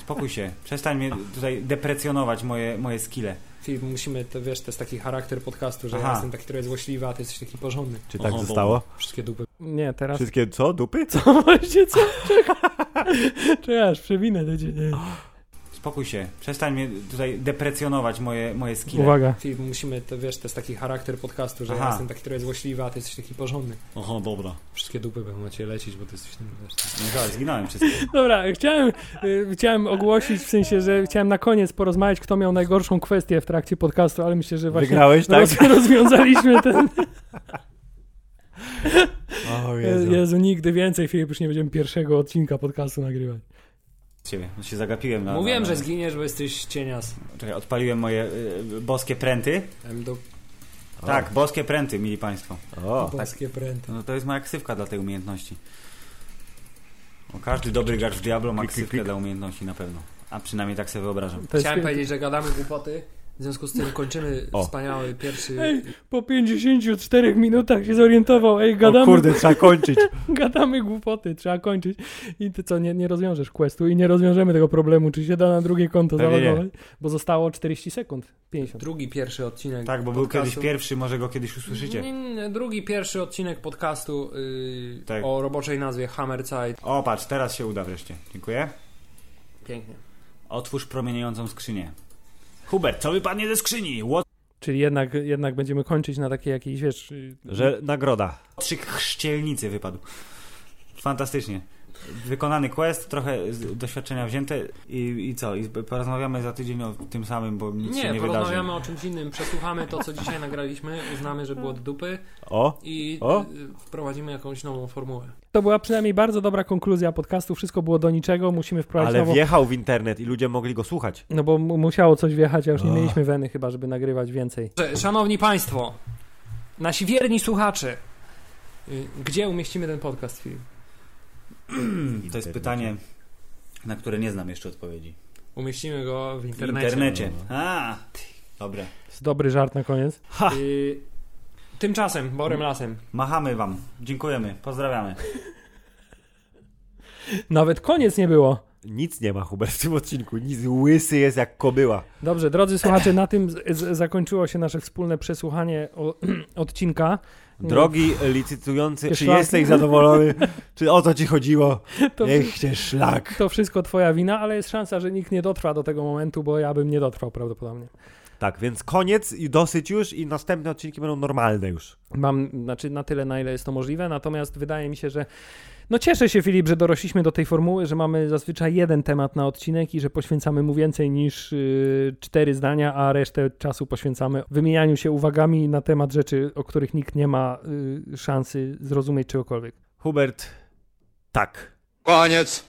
Speaker 4: Spokój się. Przestań mnie tutaj deprecjonować moje, moje skille.
Speaker 5: Filip, musimy, to wiesz, to jest taki charakter podcastu, że
Speaker 4: Aha.
Speaker 5: ja jestem taki trochę złośliwy, a ty jesteś taki porządny.
Speaker 1: Czy tak
Speaker 4: Oho,
Speaker 1: zostało?
Speaker 5: Wszystkie dupy.
Speaker 2: Nie, teraz.
Speaker 1: Wszystkie co? Dupy?
Speaker 2: Co właśnie co? Czekaj. Czekaj, aż przewinę do ciebie.
Speaker 4: Spokój się. Przestań mnie tutaj deprecjonować moje, moje skille.
Speaker 2: Uwaga.
Speaker 5: Filip, musimy, to wiesz, to jest taki charakter podcastu, że
Speaker 4: Aha.
Speaker 5: ja jestem taki trochę złośliwy, a ty jesteś taki porządny.
Speaker 4: Oho, dobra.
Speaker 5: Wszystkie dupy będą cię lecić, bo ty jesteś tym, wiesz,
Speaker 4: No dobra, zginąłem wszystko.
Speaker 2: Dobra, chciałem, y, chciałem ogłosić w sensie, że chciałem na koniec porozmawiać, kto miał najgorszą kwestię w trakcie podcastu, ale myślę, że właśnie
Speaker 1: Wygrałeś, tak?
Speaker 2: roz, rozwiązaliśmy ten.
Speaker 1: O
Speaker 2: Jezu.
Speaker 1: Jezu.
Speaker 2: nigdy więcej Filip już nie będziemy pierwszego odcinka podcastu nagrywać.
Speaker 4: Ciebie. No się zagapiłem na...
Speaker 5: Mówiłem,
Speaker 4: na,
Speaker 5: że
Speaker 4: na...
Speaker 5: zginiesz, bo jesteś cienias.
Speaker 4: Czekaj, odpaliłem moje y, boskie pręty.
Speaker 5: Em, do
Speaker 1: O.
Speaker 4: Tak, boskie pręty, mili państwo.
Speaker 1: O.
Speaker 5: boskie pręty.
Speaker 4: No to jest moja ksywka dla tej umiejętności. O, każdy dobry gracz w Diablo ma
Speaker 1: Klik, klik,
Speaker 4: ksywkę
Speaker 1: klik.
Speaker 4: dla umiejętności na pewno. A przynajmniej tak sobie wyobrażam.
Speaker 2: To jest
Speaker 5: Chciałem
Speaker 2: film-
Speaker 5: powiedzieć, że gadamy głupoty. W związku z tym kończymy
Speaker 1: O.
Speaker 5: wspaniały pierwszy.
Speaker 2: Ej, po 54 minutach się zorientował, ej,
Speaker 1: O
Speaker 2: gadamy,
Speaker 1: kurde, trzeba kończyć.
Speaker 2: gadamy głupoty, trzeba kończyć. I ty co, nie, nie rozwiążesz questu i nie rozwiążemy tego problemu, czy się da na drugie konto
Speaker 1: Pewnie nie.
Speaker 2: zalogować, bo zostało 40 sekund, 50.
Speaker 5: Drugi pierwszy odcinek.
Speaker 4: Tak, bo był
Speaker 5: podcastu.
Speaker 4: kiedyś pierwszy, może go kiedyś usłyszycie.
Speaker 5: Nie, Drugi pierwszy odcinek podcastu yy,
Speaker 4: Tak.
Speaker 5: o roboczej nazwie Hammerzeit.
Speaker 4: O, patrz, teraz się uda wreszcie. Dziękuję.
Speaker 5: Pięknie.
Speaker 4: Otwórz promieniejącą skrzynię. Hubert, co wypadnie ze skrzyni? Łotrzyk
Speaker 2: Czyli jednak, jednak będziemy kończyć na takiej jakiejś, wiesz... y,
Speaker 1: Że nagroda.
Speaker 4: chrzcielnicy wypadł. Fantastycznie. Wykonany quest, trochę z doświadczenia wzięte i, i co? I porozmawiamy za tydzień o tym samym, bo nic
Speaker 5: Nie,
Speaker 4: się nie wydarzy.
Speaker 5: porozmawiamy o czymś innym, przesłuchamy to, co dzisiaj nagraliśmy, uznamy, że było do dupy
Speaker 1: O,
Speaker 5: i
Speaker 1: O.
Speaker 5: y, wprowadzimy jakąś nową formułę.
Speaker 2: To była przynajmniej bardzo dobra konkluzja podcastu. Wszystko było do niczego, musimy wprowadzić
Speaker 1: ale
Speaker 2: nową...
Speaker 1: wjechał w internet i ludzie mogli go słuchać.
Speaker 2: No bo mu- musiało coś wjechać, a już nie
Speaker 1: Ach.
Speaker 2: mieliśmy weny chyba, żeby nagrywać więcej.
Speaker 5: Dobrze, Szanowni Państwo, nasi wierni słuchacze, y, gdzie umieścimy ten podcast, Filip?
Speaker 4: Hmm, To jest
Speaker 1: Internecie.
Speaker 4: pytanie, na które nie znam jeszcze odpowiedzi.
Speaker 5: Umieścimy go w
Speaker 4: W
Speaker 5: internecie. No,
Speaker 4: internecie. A, ty, dobra.
Speaker 2: Jest Dobry żart na koniec.
Speaker 5: Y, tymczasem, Borym Lasem.
Speaker 4: Machamy wam. Dziękujemy. Pozdrawiamy.
Speaker 2: Nawet koniec nie było.
Speaker 1: Nic nie ma Hubert w tym odcinku, nic łysy jest jak kobyła.
Speaker 2: Dobrze, drodzy słuchacze, na tym z- z- zakończyło się nasze wspólne przesłuchanie o, odcinka. No,
Speaker 1: Drogi licytujący, czy
Speaker 2: Szlak.
Speaker 1: jesteś zadowolony? Czy o co ci chodziło?
Speaker 2: To,
Speaker 1: Niech cię szlak.
Speaker 2: to wszystko twoja wina, ale jest szansa, że nikt nie dotrwa do tego momentu, bo ja bym nie dotrwał prawdopodobnie.
Speaker 1: Tak, więc koniec i dosyć już i następne odcinki będą normalne już.
Speaker 2: Mam, znaczy na tyle, na ile jest to możliwe, natomiast wydaje mi się, że no cieszę się Filip, że dorośliśmy do tej formuły, że mamy zazwyczaj jeden temat na odcinek i że poświęcamy mu więcej niż yy, cztery zdania, a resztę czasu poświęcamy wymienianiu się uwagami na temat rzeczy, o których nikt nie ma y, yy, szansy zrozumieć czegokolwiek.
Speaker 1: Hubert, tak.
Speaker 6: Koniec.